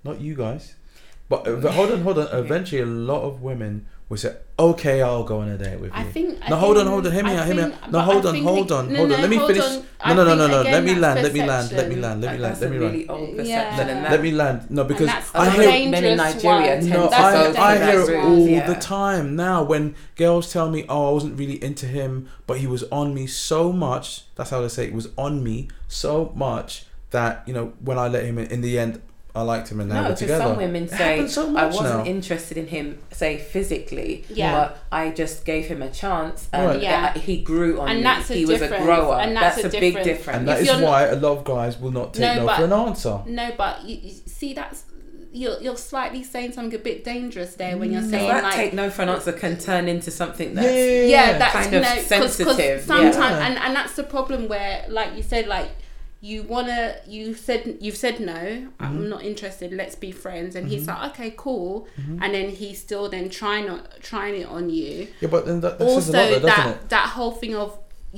S2: not you guys,
S1: *laughs*
S2: but but hold on, hold on.
S3: Okay.
S2: Eventually, a lot of women will say, "Okay, I'll go on a date with you."
S1: I think. I
S2: No, hold on,
S1: think-
S2: hold on, hear me
S1: I
S2: out, hear me
S1: think-
S2: out. No,
S1: but
S2: hold
S1: I
S2: on,
S1: think
S2: hold
S1: the-
S2: on,
S1: no,
S2: hold on,
S1: no,
S2: let me
S1: hold
S2: finish.
S1: on. I
S2: No, no, no,
S1: think,
S2: no, no.
S1: again,
S2: Let me
S1: that's
S2: land. Let me land. Let me
S1: perception.
S2: land. Let me
S3: Like,
S2: land.
S3: that's
S2: Let me
S3: a
S2: land.
S3: really old
S1: Yeah.
S3: perception. And that,
S2: Let me land. No, because
S1: that's
S2: I
S1: a
S2: hear
S1: dangerous
S3: men in Nigeria
S1: one.
S3: tend
S2: no,
S3: to
S1: That's
S2: I,
S1: a
S3: go
S2: I hear
S1: dangerous
S2: it
S3: that
S1: one.
S2: all
S3: Yeah.
S2: the time now. When girls tell me, "Oh, I wasn't really into him, but he was on me so much." That's how they say it was on me so much that you know when I let him in, in the end, I liked him and now
S3: no,
S2: we're
S3: because
S2: together.
S3: some women
S2: It
S3: say
S2: happens so
S3: I
S2: much
S3: wasn't
S2: now.
S3: interested in him, say physically,
S1: Yeah.
S3: but I just gave him a chance, and
S2: Right.
S1: Yeah.
S3: I- he grew on
S1: And
S3: me.
S1: that's a
S3: he was a
S1: difference,
S3: grower,
S1: and that's a
S3: big
S1: difference.
S3: difference.
S2: and that
S1: If
S2: is
S1: you're not-
S2: why a lot of guys will not take
S1: No,
S2: no,
S1: but-
S2: for an answer.
S1: No, but you, you see, that's you're you're slightly saying something a bit dangerous there when you're
S3: Mm. Does
S1: saying
S3: that
S1: like.
S3: take no for an answer can turn into something that's
S1: yeah, that's
S3: kind of
S1: no, 'cause- 'cause
S3: sensitive,
S1: Sometimes,
S2: yeah.
S1: and and that's the problem where, like you said, like you wanna, you said you've said no,
S3: Mm-hmm.
S1: I'm not interested. Let's be friends, and he's like, okay, cool,
S3: Mm-hmm.
S1: and then he's still then trying on trying it on you.
S2: yeah, but then that, that says
S1: also
S2: a lot, though, doesn't
S1: that that whole thing of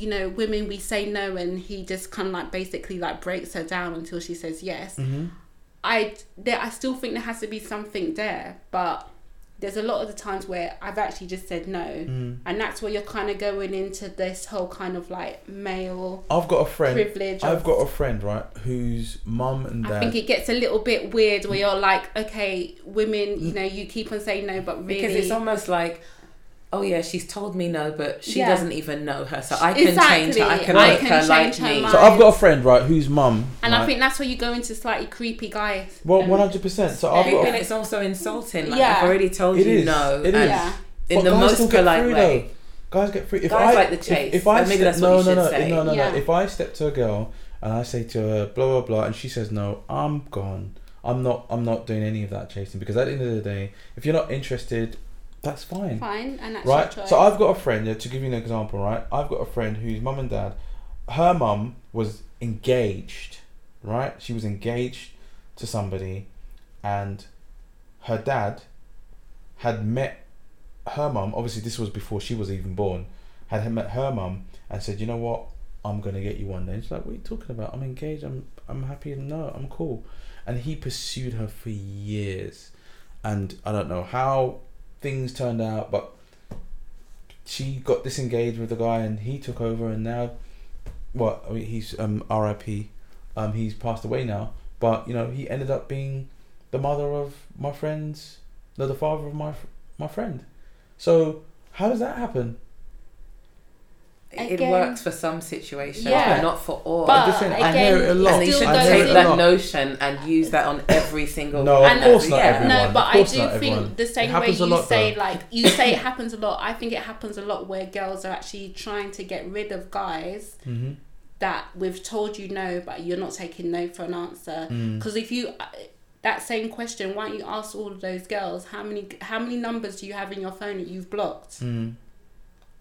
S1: you know women we say no and he just kind of like basically like breaks her down until she says yes
S2: it? hmm
S1: i there i still think there has to be something there but there's a lot of the times where I've actually just said no.
S2: Mm.
S1: And that's where you're kind of going into this whole kind of like male
S2: I've got a friend.
S1: privilege.
S2: I've
S1: of-
S2: got a friend, right, whose mum and
S1: I think
S2: dad.
S1: it gets a little bit weird where you're like, okay, women,
S2: Mm.
S1: you know, you keep on saying no, but really,
S3: Because it's almost like, oh yeah, she's told me no, but she
S1: Yeah.
S3: doesn't even know her, so I can change her. I
S1: Exactly.
S3: can
S2: I
S3: make
S1: can
S3: her
S1: change
S3: like
S1: her
S3: me.
S1: mind.
S2: So I've got a friend, right, whose mum.
S1: and I
S2: right,
S1: think that's where you go into slightly creepy guys.
S3: Um,
S2: Well, one hundred percent. So I've
S3: But
S2: got.
S1: Creeping
S2: A,
S3: it's also insulting. Like
S1: Yeah.
S3: I've already told
S2: It
S3: you
S2: is.
S3: no,
S2: It
S3: and
S2: is.
S1: Yeah,
S3: in
S2: but
S3: the
S2: guys still
S3: most
S2: get
S3: polite
S2: through,
S3: way.
S2: though. Guys get free. If
S3: Guys
S2: I,
S3: like the
S2: if-
S3: chase,
S2: If, I
S3: but maybe
S2: step-
S3: that's what
S2: no,
S3: you
S2: no,
S3: should
S2: no,
S3: say.
S2: no, no,
S1: Yeah.
S2: no. If I step to a girl and I say to her blah blah blah, and she says no, I'm gone. I'm not. I'm not doing any of that chasing because at the end of the day, if you're not interested, that's fine.
S1: fine, and that's
S2: right?
S1: Your choice.
S2: So I've got a friend. Yeah, to give you an example, right? I've got a friend whose mum and dad, her mum was engaged, right? She was engaged to somebody, and her dad had met her mum. Obviously, this was before she was even born. Had met her mum and said, "You know what? I'm gonna get you one day." And she's like, "What are you talking about? I'm engaged. I'm I'm happy. No, I'm cool." And he pursued her for years, and I don't know how things turned out, but she got disengaged with the guy, and he took over, and now, well, I mean, he's um R.I.P. Um, he's passed away now, but you know he ended up being the mother of my friend's, no, the father of my my friend. So how does that happen?
S3: It
S1: Again.
S3: works for some situations,
S1: Yeah.
S3: but not for all.
S1: But
S2: just saying, I hear it a
S1: again,
S2: lot.
S3: and you
S1: still
S3: should
S2: I
S1: goes
S2: hear
S3: take
S2: it a
S1: into-
S2: lot.
S3: that notion and use that on every single
S2: No,
S3: one.
S2: of
S1: And
S2: course not
S3: Yeah.
S2: everyone.
S1: No, but
S2: of
S1: I
S2: course
S1: do
S2: not everyone.
S1: think the
S2: It
S1: same way
S2: happens a
S1: you
S2: lot,
S1: say,
S2: though.
S1: like, you
S2: *coughs*
S1: say it happens a lot. I think it happens a lot where girls are actually trying to get rid of guys
S2: Mhm.
S1: that we've told you no, but you're not taking no for an answer.
S2: Mm.
S1: Because if you uh, that same question, why don't you ask all of those girls how many how many numbers do you have in your phone that you've blocked?
S2: Mm.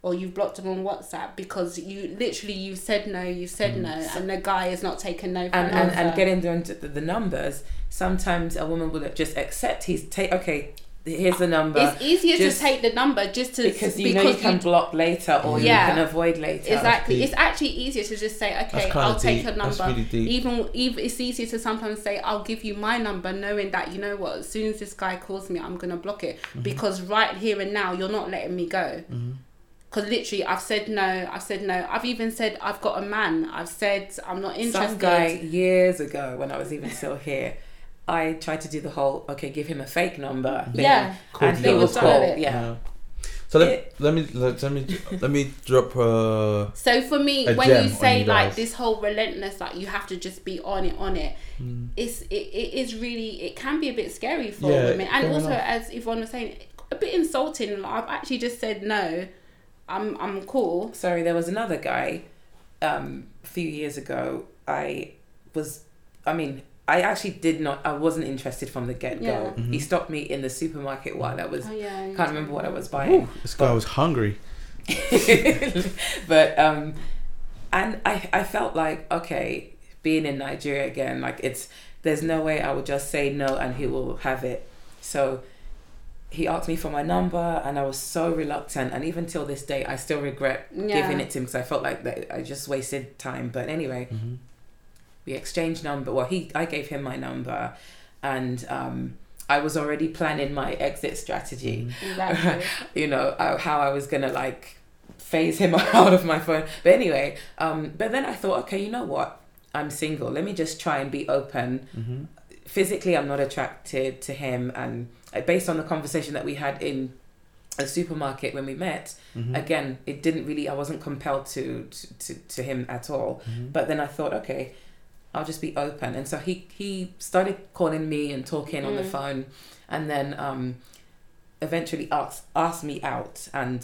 S1: or you've blocked them on WhatsApp because you literally you said no, you said
S2: Hmm.
S1: no, and the guy is not taking no for
S3: and,
S1: an
S3: and,
S1: answer.
S3: and getting down to the, the numbers, sometimes a woman will just accept he's take okay, here's the number
S1: it's easier
S3: just-
S1: to take the number just to
S3: because you know you can block later or
S1: Yeah.
S3: you can avoid later.
S1: exactly.
S2: deep.
S1: It's actually easier to just say okay,
S2: That's
S1: I'll
S2: kind of
S1: take
S2: deep.
S1: your
S2: That's
S1: number.
S2: really deep.
S1: even even it's easier to sometimes say I'll give you my number, knowing that you know what, as soon as this guy calls me, I'm gonna block it
S2: Mm-hmm.
S1: because right here and now you're not letting me go.
S3: Mm-hmm.
S1: Because literally, I've said no. I've said no. I've even said I've got a man. I've said I'm not interested.
S3: Some guy years ago when I was even still here, I tried to do the whole okay, give him a fake number. Thing,
S1: yeah,
S2: Called
S3: and he
S1: They
S2: Love.
S1: were
S3: was
S1: done at
S3: cool.
S1: it.
S3: Yeah.
S2: So let,
S3: It-
S2: let me let, let me let me drop uh
S1: So for me,
S2: a
S1: when
S2: gem
S1: you say
S2: on you
S1: like
S2: guys.
S1: this whole relentless, like you have to just be on it, on it, it's it, it is really it can be a bit scary for
S2: Yeah,
S1: women, and
S2: fair
S1: also
S2: enough.
S1: as Yvonne was saying, a bit insulting. Like, I've actually just said no, I'm I'm cool.
S3: Sorry, there was another guy um, a few years ago. I was, I mean, I actually did not, I wasn't interested from the get go.
S1: Yeah.
S2: Mhm.
S3: He stopped me in the supermarket while I was,
S1: Oh yeah,
S3: can't remember what I was buying.
S2: Ooh, this guy was hungry.
S3: *laughs* but um and I I felt like okay, being in Nigeria again, like it's there's no way I would just say no and he will have it. So he asked me for my number and I was so reluctant and even till this day I still regret
S1: Yeah.
S3: giving it to him because I felt like that I just wasted time. But anyway,
S2: Mhm.
S3: we exchanged number well he I gave him my number and um I was already planning my exit strategy *laughs*
S1: Exactly.
S3: you know uh, how I was gonna like phase him *laughs* out of my phone. But anyway, um, but then I thought, okay, you know what? I'm single. Let me just try and be open.
S2: Mhm.
S3: Physically, I'm not attracted to him, and uh, based on the conversation that we had in a supermarket when we met,
S2: Mhm.
S3: again, it didn't really. I wasn't compelled to to, to, to him at all.
S2: Mhm.
S3: But then I thought, okay, I'll just be open. And so he he started calling me and talking on the
S1: Mm.
S3: phone, and then um, eventually asked asked me out, and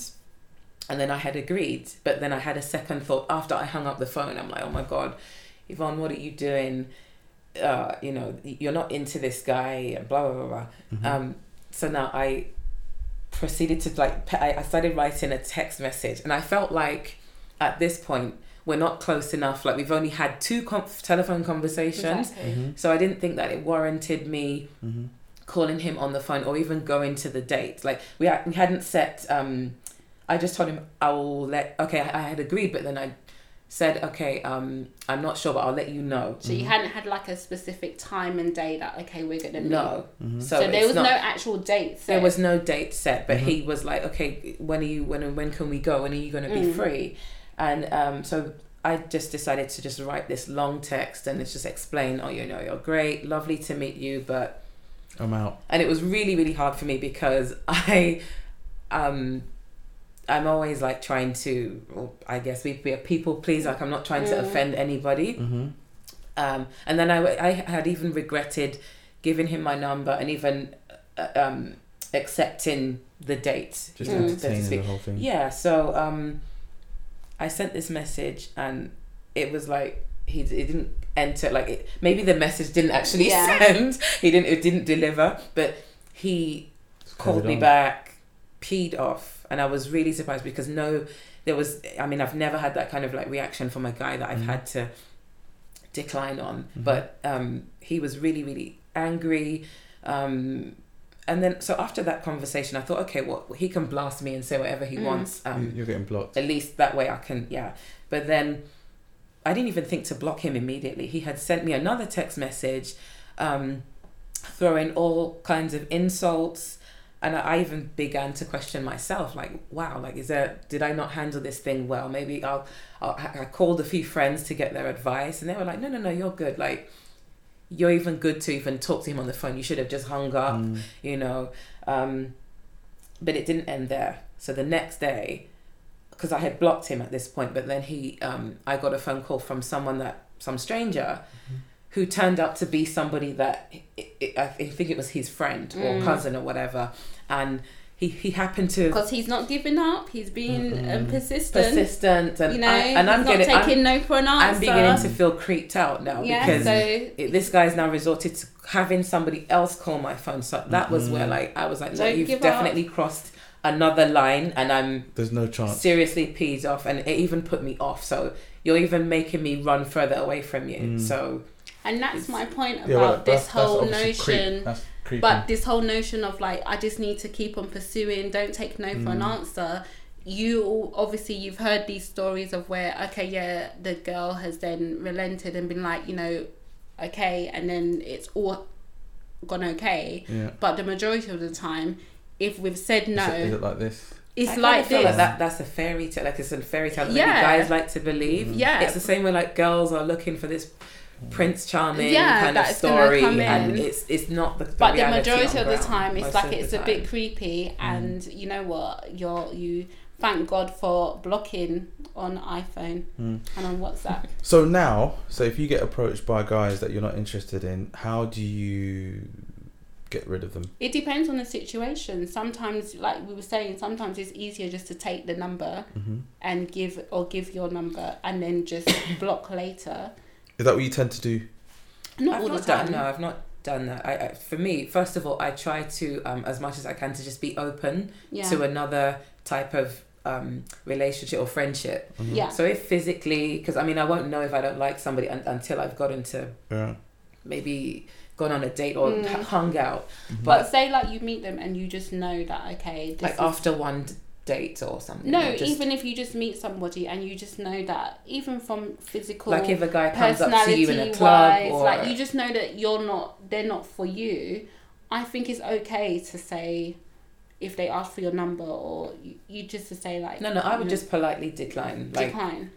S3: and then I had agreed. But then I had a second thought after I hung up the phone. I'm like, oh my god, Yvonne, what are you doing? Uh, you know, you're not into this guy. and Blah blah blah blah.
S2: Mhm.
S3: Um, so now I proceeded to like pe- I I started writing a text message, and I felt like at this point we're not close enough. Like we've only had two con telephone conversations,
S1: Exactly.
S3: so I didn't think that it warranted me
S2: Mhm.
S3: calling him on the phone or even going to the date. Like we ha- we hadn't set. Um, I just told him I will let. Okay, I, I had agreed, but then I said, okay, um, I'm not sure, but I'll let you know.
S1: So you hadn't had like a specific time and day that okay we're gonna meet.
S3: No.
S2: Mhm.
S1: So,
S3: So,
S1: there
S3: it's
S1: was
S3: not-
S1: no actual date. Mm-hmm. So
S3: there was no date set, but he was like, okay, when are you, when, when can we go? When are you going to be
S1: Mm.
S3: free? And um, so I just decided to just write this long text and it's just explain, oh, you know, you're great, lovely to meet you, but
S2: I'm out.
S3: and it was really really hard for me because *laughs* i um i'm always like trying to well, i guess we be a people please like i'm not trying to
S1: Mm.
S3: offend anybody
S2: Mm-hmm.
S3: um and then i i had even regretted giving him my number and even uh, um accepting the date
S2: Just
S1: Mm.
S2: entertaining the whole thing.
S3: yeah so um i sent this message and it was like he it didn't enter like it, maybe the message didn't actually *laughs*
S1: Yeah.
S3: send he didn't it didn't deliver but he
S2: Just carried
S3: called me
S2: on.
S3: back, peed off, and I was really surprised because no, there was. I mean, I've never had that kind of like reaction from a guy that I've
S2: Mhm.
S3: had to decline on.
S2: Mhm.
S3: But um, he was really, really angry. Um, and then, so after that conversation, I thought, okay, well, he can blast me and say whatever he
S1: Mm.
S3: wants. Um,
S2: You- You're getting blocked.
S3: at least that way I can, yeah. But then I didn't even think to block him immediately. He had sent me another text message, um, throwing all kinds of insults. And I- I even began to question myself, like, wow, like, is there, did I not handle this thing well? Maybe I'll, I'll I I called a few friends to get their advice, and they were like, no, no, no, you're good. Like, you're even good to even talk to him on the phone. You should have just hung up
S2: Mm.
S3: you know. Um, but it didn't end there. So the next day, because I had blocked him at this point, but then he, um, I got a phone call from someone that, some stranger,
S2: Mhm.
S3: who turned up to be somebody that i i I think it was his friend or
S1: Mm.
S3: cousin or whatever, and he he happened to
S1: because he's not giving up. He's being um,
S2: Mm-mm.
S1: persistent.
S3: persistent and
S1: You know,
S3: I, and I'm
S1: he's not
S3: getting I'm,
S1: taking no for an answer.
S3: I'm beginning to feel creeped out now
S1: yeah.
S3: because
S1: so
S3: it, this guy's now resorted to having somebody else call my phone. So that was where
S2: Mhm.
S3: like I was like, no,
S1: Don't
S3: you've
S1: give up.
S3: definitely crossed another line, and I'm
S2: There's no chance.
S3: seriously peed off, and it even put me off. So you're even making me run further away from you.
S2: Mm.
S3: So
S1: and that's my point about
S2: Yeah, well,
S1: this
S2: that's- that's
S1: whole
S2: obviously
S1: notion.
S2: Creep. That's creepy.
S1: But this whole notion of like, I just need to keep on pursuing, don't take no for an
S2: Mm.
S1: answer. You all- obviously you've heard these stories of where okay, yeah, the girl has then relented and been like, you know, okay, and then it's all gone okay.
S2: yeah.
S1: But the majority of the time, if we've said no,
S2: Is it, is it like this?
S3: I
S1: it's
S3: kinda
S1: like
S3: feel
S1: this.
S3: like that. That's a fairy tale. Like it's a fairy tale that
S1: Yeah.
S3: maybe guys like to believe.
S1: Yeah,
S3: It's the same way like girls are looking for this prince charming
S1: Yeah,
S3: kind of
S1: that's gonna
S3: story,
S1: come in.
S3: and it's it's not the, the
S1: but the
S3: reality
S1: majority
S3: on
S1: of the
S3: ground
S1: time it's
S3: most
S1: like
S3: of the
S1: it's a bit
S3: time.
S1: creepy and you know what you're you thank god for blocking on iphone
S2: Mm.
S1: and on whatsapp
S2: So now, so if you get approached by guys that you're not interested in, how do you get rid of them?
S1: it depends on the situation sometimes like we were saying sometimes it's easier just to take the number
S2: hmm
S1: and give or give your number and then just *coughs* block later
S2: Is that what you tend to do?
S1: not
S3: I've
S1: all
S3: not
S1: the time
S3: Done, no, I've not done that. I, I for me, first of all, I try to um, as much as I can to just be open
S1: yeah
S3: to another type of um, relationship or friendship.
S2: Mhm.
S1: yeah
S3: So if physically, because I mean, I won't know if I don't like somebody un- until I've gotten to
S2: Yeah.
S3: maybe gone on a date or
S1: Mm.
S3: h- hung out,
S2: Mhm.
S1: but,
S3: but-
S1: say like you meet them and you just know that okay this
S3: like
S1: is
S3: after one d- date or something.
S1: no,
S3: or just-
S1: even if you just meet somebody and you just know that, even from physical
S3: like if a guy comes up to
S1: personality
S3: you in a club
S1: wise,
S3: or
S1: like you just know that you're not, they're not for you. I think it's okay to say if they ask for your number or you, you just to say like
S3: no, no, I
S2: Mm-hmm.
S3: would
S1: you
S3: just politely decline.
S1: know,
S3: Like
S1: decline.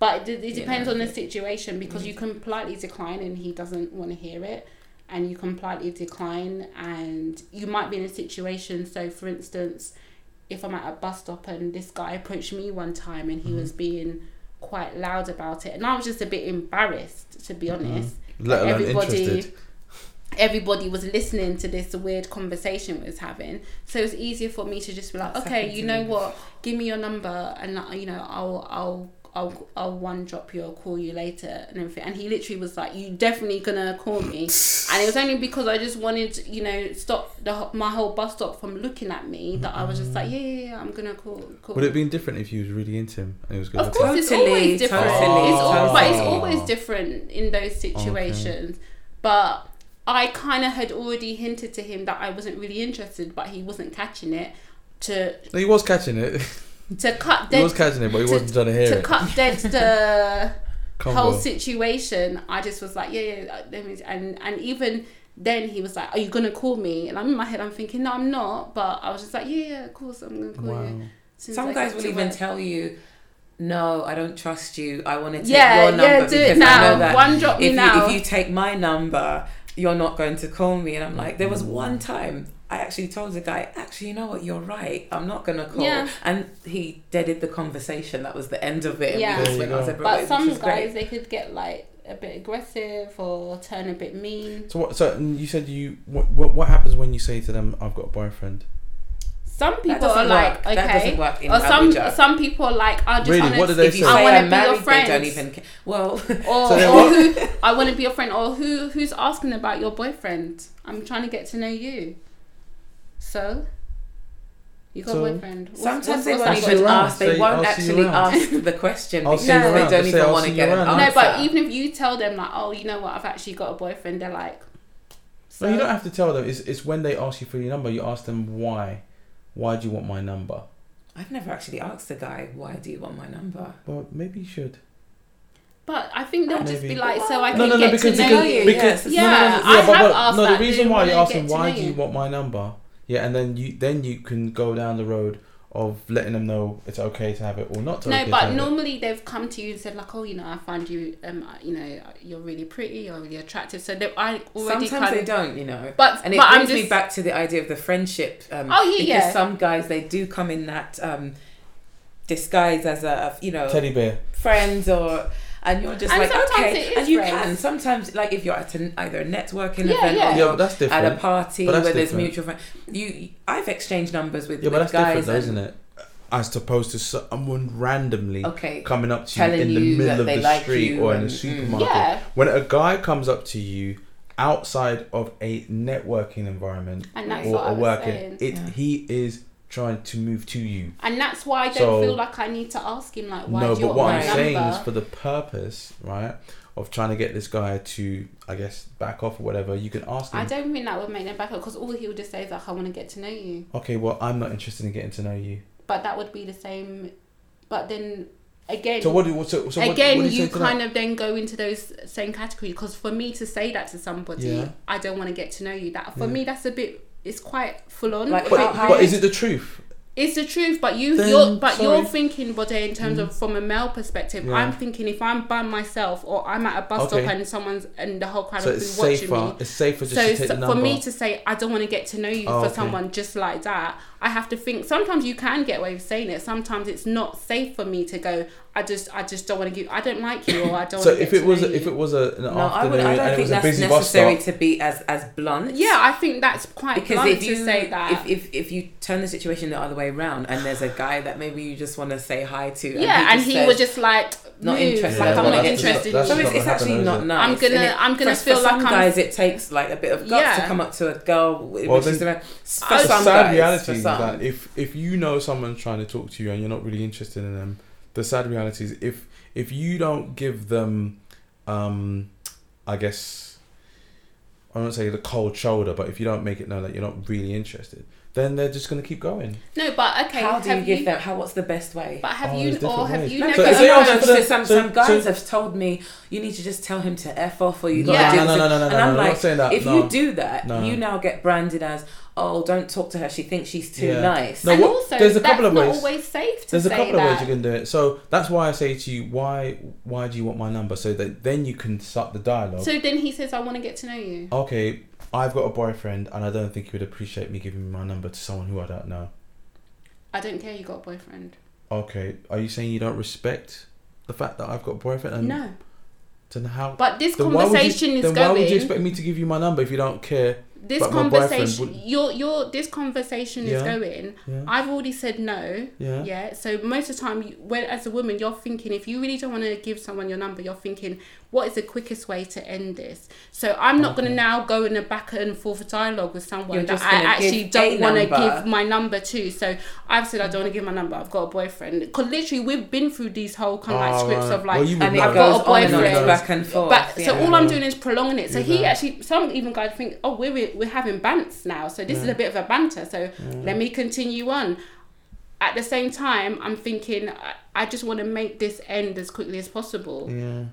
S1: But it, d- it
S3: Yeah. Mm.
S1: depends on the situation because you can politely decline and he doesn't want to hear it. And you can politely decline, and you might be in a situation. So, for instance, if I'm at a bus stop and this guy approached me one time and he
S3: Mm-hmm.
S2: Mhm.
S1: was being quite loud about it, and I was just a bit embarrassed, to be
S3: Mm-hmm.
S1: honest
S2: Let alone
S1: everybody-
S2: interested.
S1: everybody was listening to this weird conversation we was having so it's easier for me to just be like
S3: That's
S1: okay
S3: happened
S1: you
S3: to
S1: know
S3: me
S1: what give me your number and uh, you know i'll i'll I'll, I'll one drop you or call you later and everything. And he literally was like, "You definitely gonna call me," and it was only because I just wanted, you know, stop the ho- my whole bus stop from looking at me that I was just like, "Yeah, yeah, yeah I'm gonna call." call.
S2: Would it have been different if you was really into him and he was good?
S1: Of
S2: looking?
S1: course, it's
S3: Totally,
S1: always different.
S2: totally,
S1: it's al- But it's
S2: totally.
S1: always different in those situations. But I kind of had already hinted to him that I wasn't really interested, but he wasn't catching it. To
S2: No, he was catching it. *laughs*
S1: to cut
S2: He
S1: dead
S2: was catching it, but he
S1: to-
S2: wasn't trying to hear
S1: to
S2: it.
S1: cut
S2: *laughs*
S1: dead the
S2: Come
S1: whole
S2: on.
S1: situation, I just was like, yeah, yeah, uh, let me, and and even then he was like, are you gonna call me? And I'm in my head, I'm thinking, no, I'm not, but I was just like, yeah, yeah, of course, I'm gonna call
S2: Wow.
S1: you. As soon as I
S3: Some
S1: get
S3: guys will
S1: to
S3: even
S1: work.
S3: tell you, "No, I don't trust you. I want to take
S1: yeah,
S3: your number
S1: yeah, do it
S3: because I know
S1: now.
S3: that
S1: One drop me
S3: if
S1: now.
S3: you if you take my number, you're not going to call me." And I'm like, there
S2: Mm.
S3: was one time I actually told the guy, "Actually, you know what? You're right. I'm not gonna call."
S1: Yeah.
S3: And he deaded the conversation. That was the end of it. And we
S1: Yeah.
S3: just
S2: There you
S3: went our
S2: go.
S3: separate ways,
S1: but
S3: which
S1: some
S3: was
S1: guys,
S3: great.
S1: they could get like a bit aggressive or turn a bit mean.
S2: So what? So and you said you what, what? What happens when you say to them, "I've got a boyfriend"?
S1: Some
S3: That
S1: people are
S3: doesn't
S1: like,
S3: work. That
S1: okay.
S3: doesn't work in
S1: Or some
S3: Abuja.
S1: some people are like, I just
S2: Really?
S1: wanna
S2: What do
S1: s-
S2: they
S3: if you
S2: say?
S1: I
S3: say
S1: wanna
S3: I'm
S1: be your
S3: married, they
S1: friend.
S3: don't even. Care. Well,
S1: or,
S2: *laughs* So then
S1: or
S2: what-
S1: who I want to be your friend, or who who's asking about your boyfriend? I'm trying to get to know you. So, you got
S2: So-
S1: a boyfriend? What's-
S3: *laughs* Sometimes
S1: what's-
S3: they
S1: what's
S3: won't
S1: that
S2: see
S1: got to
S3: even
S2: you
S1: do-
S2: around.
S3: ask. They
S2: Say,
S3: won't
S2: "I'll see you
S3: actually
S2: around."
S3: ask the question
S2: I'll
S3: because
S2: see
S1: you
S3: they
S2: around.
S3: don't
S2: Just say,
S3: even
S2: "I'll
S3: want
S2: see you
S3: to get an
S2: around."
S3: answer.
S1: No, but even if you tell them like, oh, you know what, I've actually got a boyfriend, they're like, so
S2: No, you don't have to tell them. It's it's when they ask you for your number, you ask them why. Why do you want my number?
S3: I've never actually asked a guy, why do you want my number?
S2: Well, maybe you should.
S1: But I think they'll just
S2: Maybe.
S1: be like, so I
S2: No,
S1: can
S2: no, no,
S1: get
S2: because
S1: to
S2: you
S1: know
S2: can-
S1: you.
S2: because-
S1: yeah, I
S2: but,
S1: have
S2: but-
S1: asked
S2: no,
S1: that.
S2: the
S1: Do
S2: reason
S1: you
S2: why you
S1: wanna
S2: ask
S1: get
S2: them
S1: to
S2: why
S1: know
S2: do you
S1: you?"
S2: want my number, yeah, and then you then you can go down the road of letting them know it's okay to have it or not.
S1: no,
S2: okay to
S1: but
S2: have it.
S1: normally they've come to you and said like, oh, you know, I find you, um, you know, you're really pretty, you're really attractive. So they, I already
S3: Sometimes
S1: kind
S3: they
S1: of,
S3: don't, you know.
S1: but
S3: And it
S1: but I'm
S3: brings
S1: just
S3: me back to the idea of the friendship. Um,
S1: Oh, yeah,
S3: because
S1: yeah.
S3: some guys, they do come in that um, disguise as a, you know,
S2: teddy bear.
S3: friends or... And you're just
S1: And
S3: like,
S1: sometimes
S3: okay.
S1: it is
S3: and you
S1: friends.
S3: can. Sometimes, like, if you're at an, either a networking
S1: Yeah,
S3: event
S1: yeah.
S3: or
S2: Yeah, but that's
S3: at a
S2: different.
S3: party
S2: But
S3: where
S2: that's
S3: there's
S2: different.
S3: mutual friends. You, I've exchanged numbers with,
S2: Yeah, but
S3: with
S2: that's
S3: guys.
S2: different, though,
S3: and-
S2: isn't it? As opposed to someone randomly
S3: Okay.
S2: coming up to you
S3: Telling
S2: in the
S3: you
S2: middle
S3: that
S2: of
S3: they
S2: the
S3: like
S2: street
S3: you
S2: or in a
S3: and- mm.
S2: supermarket.
S1: yeah.
S2: When a guy comes up to you outside of a networking environment
S1: And that's
S2: or
S1: what I
S2: a
S1: was saying.
S2: working, it
S3: Yeah.
S2: he is trying to move to you.
S1: And that's why I don't
S2: So-
S1: feel like I need to ask him like why
S2: no,
S1: do you
S2: but
S1: want
S2: what
S1: my
S2: I'm
S3: want
S2: saying
S1: number?
S2: is for the purpose, right, of trying to get this guy to, I guess, back off or whatever. You can ask
S1: I
S2: him.
S1: don't think that would make them back up because all he would just say is like I want to get to know you.
S2: Okay, well, I'm not interested in getting to know you.
S1: But that would be the same. But then again,
S2: So what do so, so what-
S1: again
S2: what,
S1: you,
S2: do you, say to that?
S1: kind of then go into those same categories because for me to say that to somebody,
S2: Yeah.
S1: I don't want to get to know you. That for
S2: Yeah.
S1: me that's a bit. It's quite full on.
S3: Like,
S1: a
S2: But,
S1: bit
S3: How-
S2: but
S1: rude.
S2: is it the truth?
S1: It's the truth, but you,
S2: Then,
S1: you're, but you're
S2: sorry. Mm-hmm.
S1: thinking, Bode, in terms of from a male perspective.
S2: Yeah.
S1: I'm thinking if I'm by myself or I'm at a bus
S2: Okay.
S1: stop and someone's and the whole crowd
S2: So
S1: will be
S2: it's
S1: watching
S2: safer.
S1: me.
S2: It's safer just
S1: So,
S2: to take
S1: so
S2: the
S1: for
S2: number.
S1: me to say I don't want to get to know you
S2: Oh,
S1: for
S2: okay.
S1: someone just like that, I have to think. Sometimes you can get away with saying it. Sometimes it's not safe for me to go. I just, I just don't want to give. I don't like you, or I don't.
S2: *coughs* so
S1: wanna get
S2: if it
S1: to
S2: was
S1: know
S2: if
S1: you.
S2: it was a, an
S3: No, I,
S2: afternoon
S3: would, I
S2: and
S3: don't
S2: it
S3: think
S2: was a
S3: that's
S2: busy bus stop,
S3: necessary to be as, as blunt.
S1: yeah, I think that's quite
S3: because
S1: blunt
S3: if you
S1: to say that.
S3: If, if if you turn the situation the other way around and there's a guy that maybe you just want to say hi to
S1: yeah, and
S3: just
S1: he
S3: says-
S1: was just like,
S3: Not
S1: move,
S3: interested.
S1: Like
S3: Yeah,
S1: I'm
S3: well,
S1: not
S3: that's just-
S1: interested.
S2: that's
S1: in
S3: so
S1: you.
S2: just
S3: it's,
S2: not
S3: it's
S2: gonna happen,
S3: actually
S2: is
S3: not
S2: it?
S3: nice.
S1: I'm gonna-
S3: and it-
S1: I'm gonna
S3: for,
S1: feel
S3: for
S1: like
S3: some
S1: I'm-
S3: guys it takes like a bit of guts
S1: Yeah.
S3: to come up to a girl, which
S2: Well,
S3: is
S2: then-
S3: the, for
S1: I-
S2: the
S3: some
S2: sad
S3: guys.
S2: reality
S3: for
S2: is
S3: some.
S2: that if if you know someone's trying to talk to you and you're not really interested in them, the sad reality is if if you don't give them, um, I guess, I won't say the cold shoulder, but if you don't make it known that you're not really interested, then they're just gonna keep going.
S1: no, but okay.
S3: how do you
S1: have
S3: give them? How what's the best way?
S1: But have
S2: Oh,
S1: you
S2: there's different
S1: or have
S2: ways.
S1: you
S3: No,
S1: never?
S2: So
S3: because
S2: is it
S3: no,
S2: also
S3: no,
S2: for
S3: so
S2: the-
S3: some,
S2: so-
S3: some guys
S2: so-
S3: have told me you need to just tell him to f off or you
S2: No,
S3: got to do
S2: no,
S3: this.
S2: no, no, no,
S3: and
S2: no,
S3: I'm
S2: no, I'm
S3: like,
S2: not saying that,
S3: if
S2: no.
S3: you do that,
S2: No.
S3: you now get branded as oh, don't talk to her. She thinks she's too
S2: Yeah.
S3: nice.
S2: No,
S1: and
S2: what-
S1: also,
S2: there's a couple
S1: that's
S2: of
S1: not
S2: ways.
S1: always safe to
S2: There's a
S1: say
S2: couple of
S1: that.
S2: ways you can do it. So that's why I say to you, why why do you want my number? So that then you can start the dialogue.
S1: So then he says, "I want to get to know you."
S2: okay, I've got a boyfriend, and I don't think he would appreciate me giving my number to someone who I don't know.
S1: I don't care. You got a boyfriend?
S2: Okay, are you saying you don't respect the fact that I've got a boyfriend? And
S1: no.
S2: Then how?
S1: But this
S2: then why would you-
S1: conversation is
S2: then
S1: going.
S2: why would you expect me to give you my number if you don't care?
S1: this
S2: but my boyfriend
S1: conversation,
S2: wouldn't-
S1: your your this conversation is
S2: Yeah.
S1: going.
S2: Yeah.
S1: I've already said no.
S2: yeah.
S1: Yeah. So most of the time, you, when as a woman, you're thinking if you really don't want to give someone your number, you're thinking what is the quickest way to end this. So I'm not going to
S2: Okay.
S1: now go in a back and forth dialogue with someone
S3: You're
S1: that
S3: just
S1: I
S3: gonna
S1: actually
S3: give
S1: don't
S3: a
S1: want to
S3: number.
S1: give my number to. So I've said I don't want to give my number. I've got a boyfriend. Because literally, we've been through these whole kind of like
S2: Oh,
S1: scripts
S2: right.
S1: of like.
S2: Well, you would
S3: and it
S2: know.
S1: I've
S3: goes
S1: got a
S3: on and on,
S1: boyfriend.
S3: it's back and forth.
S1: But so
S3: yeah.
S1: all I'm doing is prolonging it. So
S2: You
S1: he
S2: know.
S1: actually, some even guys think, oh, we're we're having bants now. So this is
S2: Yeah.
S1: a bit of a banter. So let me continue on. at the same time, I'm thinking I, I just want to make this end as quickly as possible.
S2: Yeah.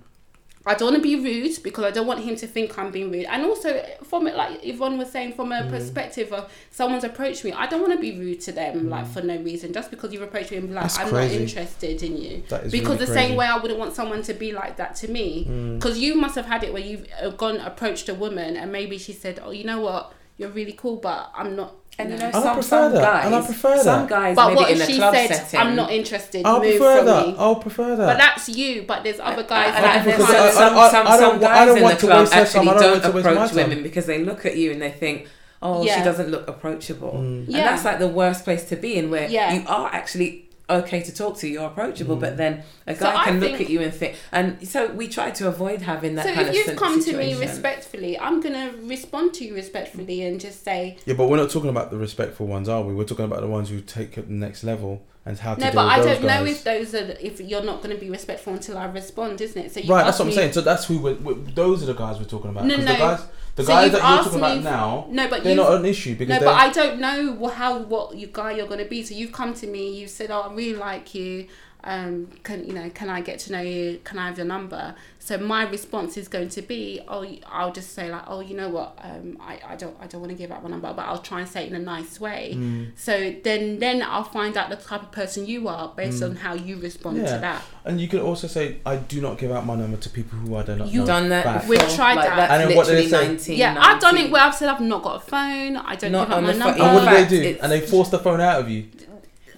S1: I don't want to be rude because I don't want him to think I'm being rude. And also, from it, like Yvonne was saying, from a
S2: Mm.
S1: perspective of someone's approached me, I don't want to be rude to them, like for no reason, just because you've approached me and be like,
S2: Mm. That's
S1: I'm
S2: crazy.
S1: not interested in you.
S2: That is
S1: because
S2: really
S1: the
S2: crazy.
S1: same way I wouldn't want someone to be like that to me.
S2: Mm.
S1: Because you must have had it where you've uh, gone approached a woman and maybe she said, Oh, you know what? You're really cool, but I'm not.
S3: And you
S1: no."
S3: know,
S2: I
S3: some,
S2: prefer
S3: some
S2: that,
S3: guys,
S2: and I prefer that.
S3: some guys
S1: but
S3: maybe
S1: what
S3: in
S1: if
S3: a
S1: she
S3: club
S1: said,
S3: setting.
S1: I'm not interested,
S2: I'll
S1: move
S2: prefer
S1: from
S2: that.
S1: me.
S2: I'll prefer that.
S1: But that's you, but there's other guys
S3: and
S2: I-
S1: that
S3: I,
S2: because
S1: there's
S2: I-
S3: some, some,
S2: I- I
S3: some,
S2: don't
S3: some
S2: wa- I
S3: guys
S2: don't
S3: in the
S2: want to
S3: club
S2: waste their
S3: actually
S2: time. I don't
S3: don't
S2: want to waste my
S3: approach
S2: time.
S3: women because they look at you and they think, oh,
S1: Yeah.
S3: she doesn't look approachable.
S2: Mm.
S1: Yeah.
S3: And that's like the worst place to be in where
S1: Yeah.
S3: you are actually okay to talk to, you're approachable,
S2: Mm.
S3: but then a
S1: So
S3: guy
S1: I
S3: can
S1: think-
S3: look at you and think. And so we try to avoid having that
S1: so
S3: kind
S1: if
S3: of
S1: you've
S3: sin-
S1: come
S3: situation.
S1: to me respectfully, I'm gonna respond to you respectfully and just say
S2: Yeah, but we're not talking about the respectful ones, are we? We're talking about the ones who take it the next level and how to
S1: no.
S2: deal
S1: But
S2: with
S1: I
S2: those
S1: don't know
S2: guys.
S1: if those are if you're not gonna be respectful until I respond, isn't it? So you
S2: right, that's
S1: asked
S2: what I'm
S1: me-
S2: saying. So that's who we're, we those are the guys we're talking about.
S1: No,
S2: 'Cause
S1: no.
S2: The guys, the
S1: So
S2: guys
S1: you've
S2: that you're
S1: asked
S2: talking about
S1: me-
S2: now,
S1: No, but
S2: they're
S1: you.
S2: not an issue because
S1: No,
S2: they're
S1: but I don't know wh- how what you guy you're gonna be. So you've come to me. You've said, "Oh, I really like you. Um, can you know? Can I get to know you? Can I have your number?" So my response is going to be, "Oh, y- I'll just say like, oh, you know what? Um, I, I don't I don't want to give out my number, but I'll try and say it in a nice way."
S2: Mm.
S1: So then, then I'll find out the type of person you are based on how you respond
S2: Mm. Yeah.
S1: to that.
S2: And you could also say, I do not give out my number to people who I do not
S1: You
S2: know.
S3: done that
S2: Bad.
S3: before.
S1: We've tried
S3: like,
S1: that.
S3: That's
S2: And then what do they
S3: literally
S2: say?
S3: 19,
S1: Yeah, I've done it
S3: 19.
S1: where I've said I've not got a phone. I don't
S3: Not
S1: give out
S3: on
S1: my
S3: the phone. Oh,
S1: number.
S2: and what do they
S3: fact,
S2: do?
S3: it's-
S2: And they force the phone out of you.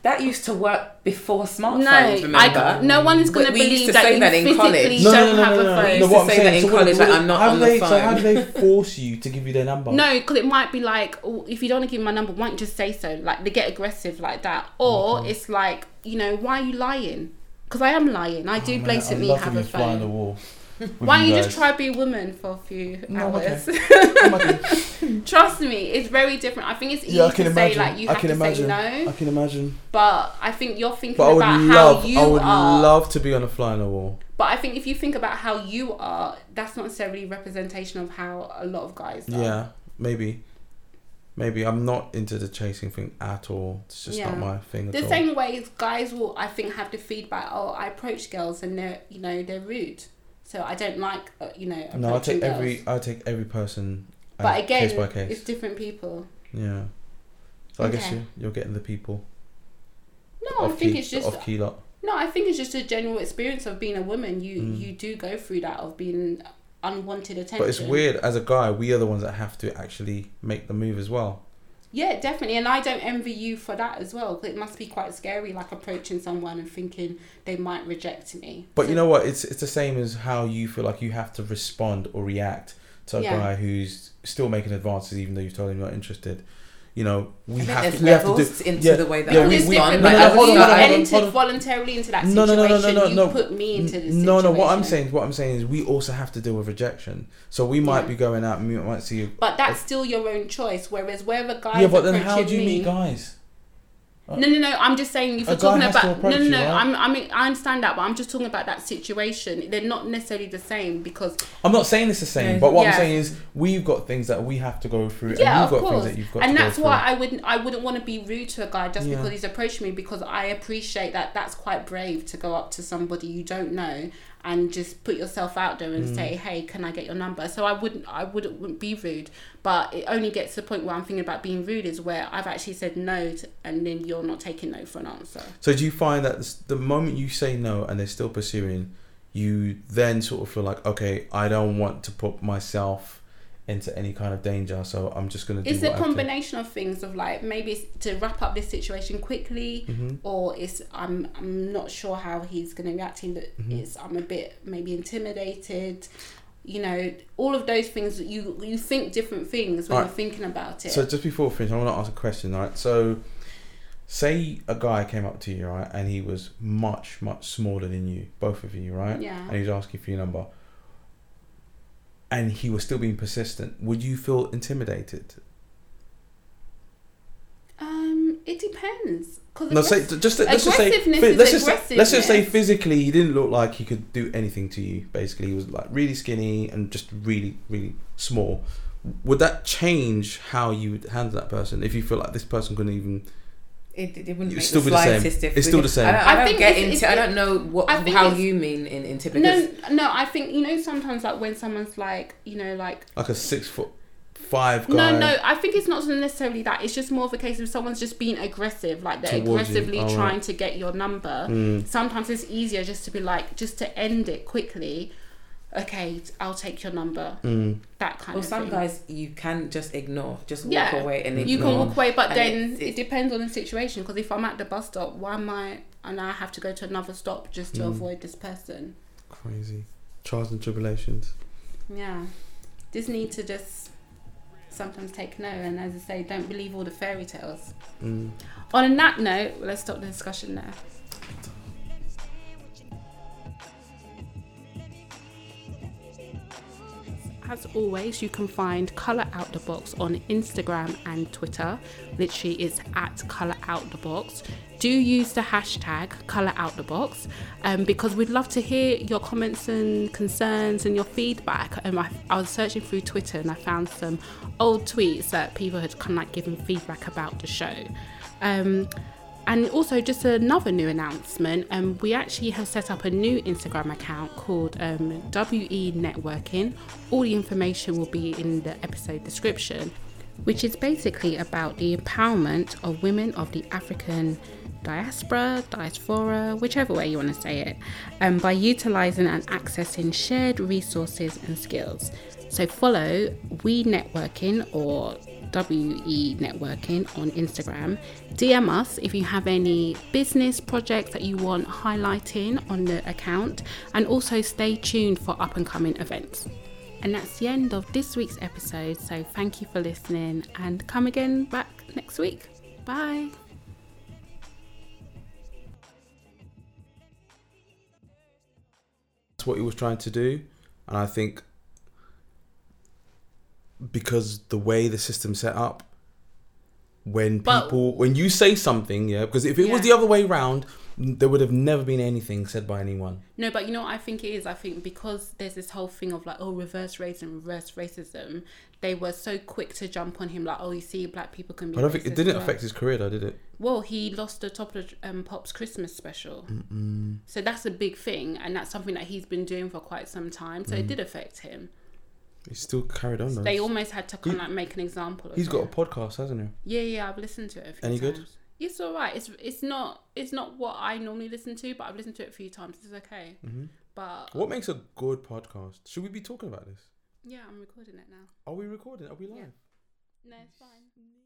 S3: That used to work before smartphones.
S1: no,
S3: remember?
S1: I, no one is going to
S3: We- we used
S1: believe
S3: to
S1: that
S3: say
S1: you
S3: that in
S1: physically
S3: college.
S2: No,
S1: don't
S2: no, no,
S1: have
S2: no,
S1: a
S2: no, no.
S1: phone.
S2: no
S3: used
S2: what
S3: to
S2: I'm
S3: say that
S2: saying,
S3: in
S2: so what-
S3: college,
S2: what-
S3: like, I'm not
S2: how
S3: on
S2: do
S3: the
S2: they, So how
S3: phone.
S2: do they force you to give you their number?
S1: No, because it might be like, oh, if you don't want to give my number, why don't you just say so? Like, they get aggressive like that.
S2: Oh,
S1: Or it's like, you know, why are you lying? Because I am lying. I do
S2: Oh, man,
S1: blatantly
S2: I'd love to
S1: have
S2: be
S1: a
S2: fly on the
S1: phone. *laughs*
S2: wall.
S1: Why don't you just try be a woman for a few
S2: No, okay.
S1: hours?
S2: *laughs* try?
S1: Trust me, it's very different. I think it's easy
S2: Yeah, I
S1: to
S2: can
S1: say
S2: imagine.
S1: like you
S2: I
S1: have
S2: can
S1: to
S2: imagine.
S1: say
S2: I
S1: no, *laughs*
S2: can imagine.
S1: but I think you're thinking
S2: But I
S1: about
S2: would
S1: how
S2: love,
S1: you
S2: I would
S1: are.
S2: love to be on a fly on the wall.
S1: but I think if you think about how you are, that's not necessarily representation of how a lot of guys are.
S2: Yeah, maybe, maybe I'm not into the chasing thing at all. It's just
S1: Yeah.
S2: not my thing at
S1: The
S2: all.
S1: same way as guys will, I think, have the feedback. Oh, I approach girls and they're, you know, they're rude. So I don't like, uh, you know, approaching
S2: no, I take
S1: girls.
S2: every, I take every person. uh,
S1: But again,
S2: case by case.
S1: it's different people.
S2: Yeah. So I guess
S1: Okay.
S2: you, you're getting the people.
S1: No, I
S2: off
S1: think
S2: key,
S1: it's just
S2: off key lot.
S1: no. I think it's just a general experience of being a woman. You
S2: Mm.
S1: you do go through that of being unwanted attention.
S2: But it's weird. As a guy, we are the ones that have to actually make the move as well.
S1: Yeah, definitely, and I don't envy you for that as well. 'cause It must be quite scary, like approaching someone and thinking they might reject me.
S2: But
S1: So-
S2: you know what? It's it's the same as how you feel like you have to respond or react to a
S1: Yeah.
S2: guy who's still making advances, even though you've told him you're not interested. You know,
S3: I
S2: we
S3: think
S2: have
S3: there's
S2: to, we have to do.
S3: levels into
S2: yeah,
S3: the way that
S2: yeah,
S3: I
S2: we-
S1: it's
S2: we-
S1: different,
S3: respond.
S1: but
S2: no, no, no,
S3: Like,
S1: as
S3: I'm
S2: hold on,
S1: you
S2: hold on,
S3: not-
S2: hold on,
S1: entered
S2: hold on.
S1: voluntarily into that
S2: No,
S1: situation,
S2: no, no, no, no, no,
S1: you
S2: no.
S1: put me into this
S2: No, no. What
S1: situation.
S2: I'm saying, what I'm saying is, we also have to deal with rejection. So we might
S1: Yeah.
S2: be going out and we might see.
S1: But that's still your own choice. Whereas where a guy
S2: yeah, but then how do you
S1: me,
S2: meet guys?
S1: No, no, no. I'm just saying if
S2: A
S1: you're
S2: guy
S1: talking
S2: has to
S1: about no,
S2: approach
S1: no,
S2: you,
S1: no.
S2: right?
S1: I'm, I mean, I understand that, but I'm just talking about that situation. They're not necessarily the same because
S2: I'm not saying it's the same,
S3: Yeah.
S2: but what I'm
S1: Yeah.
S2: saying is we've got things that we have to go through,
S1: yeah, of
S2: and you've got
S1: course.
S2: things that you've got
S1: and
S2: to
S1: that's
S2: go
S1: why I wouldn't, I wouldn't want to be rude to a guy just
S2: Yeah.
S1: because he's approached me because I appreciate that. That's quite brave to go up to somebody you don't know and just put yourself out there
S2: Hmm.
S1: and say, "Hey, can I get your number?" So I wouldn't, I wouldn't, wouldn't be rude. But it only gets to the point where I'm thinking about being rude is where I've actually said no, to, and then you're not taking no for an answer.
S2: through. So do you find that s- the moment you say no and they're still pursuing, you then sort of feel like, okay, I don't want to put myself into any kind of danger, so I'm just going to do
S1: it's
S2: what
S1: a
S2: I have to.
S1: combination of things of like maybe it's to wrap up this situation quickly
S2: Mhm.
S1: or it's i'm i'm not sure how he's going to react to it
S2: Mhm.
S1: it's i'm a bit maybe intimidated you know all of those things that you you think different things when
S2: Alright.
S1: you're thinking about it
S2: So just before we finish, I want to ask a question, right? So, say a guy came up to you, right, and he was much, much smaller than you, both of you, right? and
S1: yeah
S2: he was asking for your number and he was still being persistent would you feel intimidated
S1: um it depends because
S2: no say just let's just say
S1: aggressiveness
S2: phy-
S1: is
S2: let's just, let's just say
S1: aggressiveness.
S2: physically he didn't look like he could do anything to you basically he was like really skinny and just really really small would that change how you would handle that person if you feel like this person couldn't even
S3: It, it wouldn't
S2: It's
S3: make
S2: still be
S3: the
S2: the same.
S3: slightest difference.
S2: It's still the same.
S3: I don't,
S1: I
S3: I don't
S1: think
S3: get
S1: it's-
S3: into.
S1: it's-
S3: I don't know what
S1: I think
S3: how
S1: it's-
S3: you mean in, into because
S1: No, no. I think you know sometimes like when someone's like you know like
S2: Like a six foot five guy.
S1: no, no. I think it's not necessarily that. It's just more of a case of someone's just being aggressive, like they're
S2: Towards you.
S1: aggressively
S2: Oh, right.
S1: trying to get your number.
S2: Mm.
S1: Sometimes it's easier just to be like just to end it quickly. Okay, I'll take your number.
S2: Mm.
S1: That kind
S3: well,
S1: of
S3: some
S1: thing.
S3: guys you can just ignore, just walk
S1: Yeah.
S3: away and
S1: you
S3: ignore.
S1: can walk away, but
S3: And
S1: then
S3: it's-
S1: it depends on the situation. Because if I'm at the bus stop, why am I and I have to go to another stop just to
S2: Mm.
S1: avoid this person?
S2: Crazy. Trials and tribulations.
S1: Yeah, just need to just sometimes take no, and as I say, don't believe all the fairy tales.
S2: Mm.
S1: On that note, let's stop the discussion there. As always, you can find Colour Out the Box on Instagram and Twitter. Literally, it's at Colour Out the Box. Do use the hashtag Colour Out the Box um, because we'd love to hear your comments and concerns and your feedback. Um, I, I was searching through Twitter and I found some old tweets that people had kind of like given feedback about the show. Um, and also, just another new announcement um, we actually have set up a new Instagram account called um, WE Networking. All the information will be in the episode description, which is basically about the empowerment of women of the African diaspora, diaspora, whichever way you want to say it, um, by utilizing and accessing shared resources and skills. So follow We Networking or WE Networking on Instagram. DM us if you have any business projects that you want highlighting on the account, and also stay tuned for up and coming events. And that's the end of this week's episode. So thank you for listening, and come again back next week. Bye.
S2: That's what he was trying to do, and I think because the way the system's set up, when
S1: But-
S2: people when you say something, yeah, because if it was
S1: Yeah.
S2: the other way round, there would have never been anything said by anyone.
S1: No, but you know what I think it is? I think because there's this whole thing of like, oh, reverse racism, reverse racism, they were so quick to jump on him, like, oh, you see, black people can be.
S2: But I don't think
S1: racist
S2: it
S1: as
S2: didn't
S1: well.
S2: affect his career, though, did it?
S1: Well, he lost the top of um, Pop's Christmas special. So that's a big thing, and that's something that he's been doing for quite some time.
S2: Mm.
S1: So it did affect him.
S2: He still carried on. Though.
S1: They almost had to kind of
S2: He-
S1: like make an example of
S2: He's got a
S1: him.
S2: podcast, hasn't he?
S1: Yeah, yeah, I've listened to it. A few
S2: Any good?
S1: times. It's all right. It's it's not it's not what I normally listen to, but I've listened to it a few times. It's okay.
S2: Mhm.
S1: But
S2: What makes a good podcast? Should we be talking about this?
S1: yeah, I'm recording it now.
S2: Are we recording? Are we live?
S1: No, it's fine.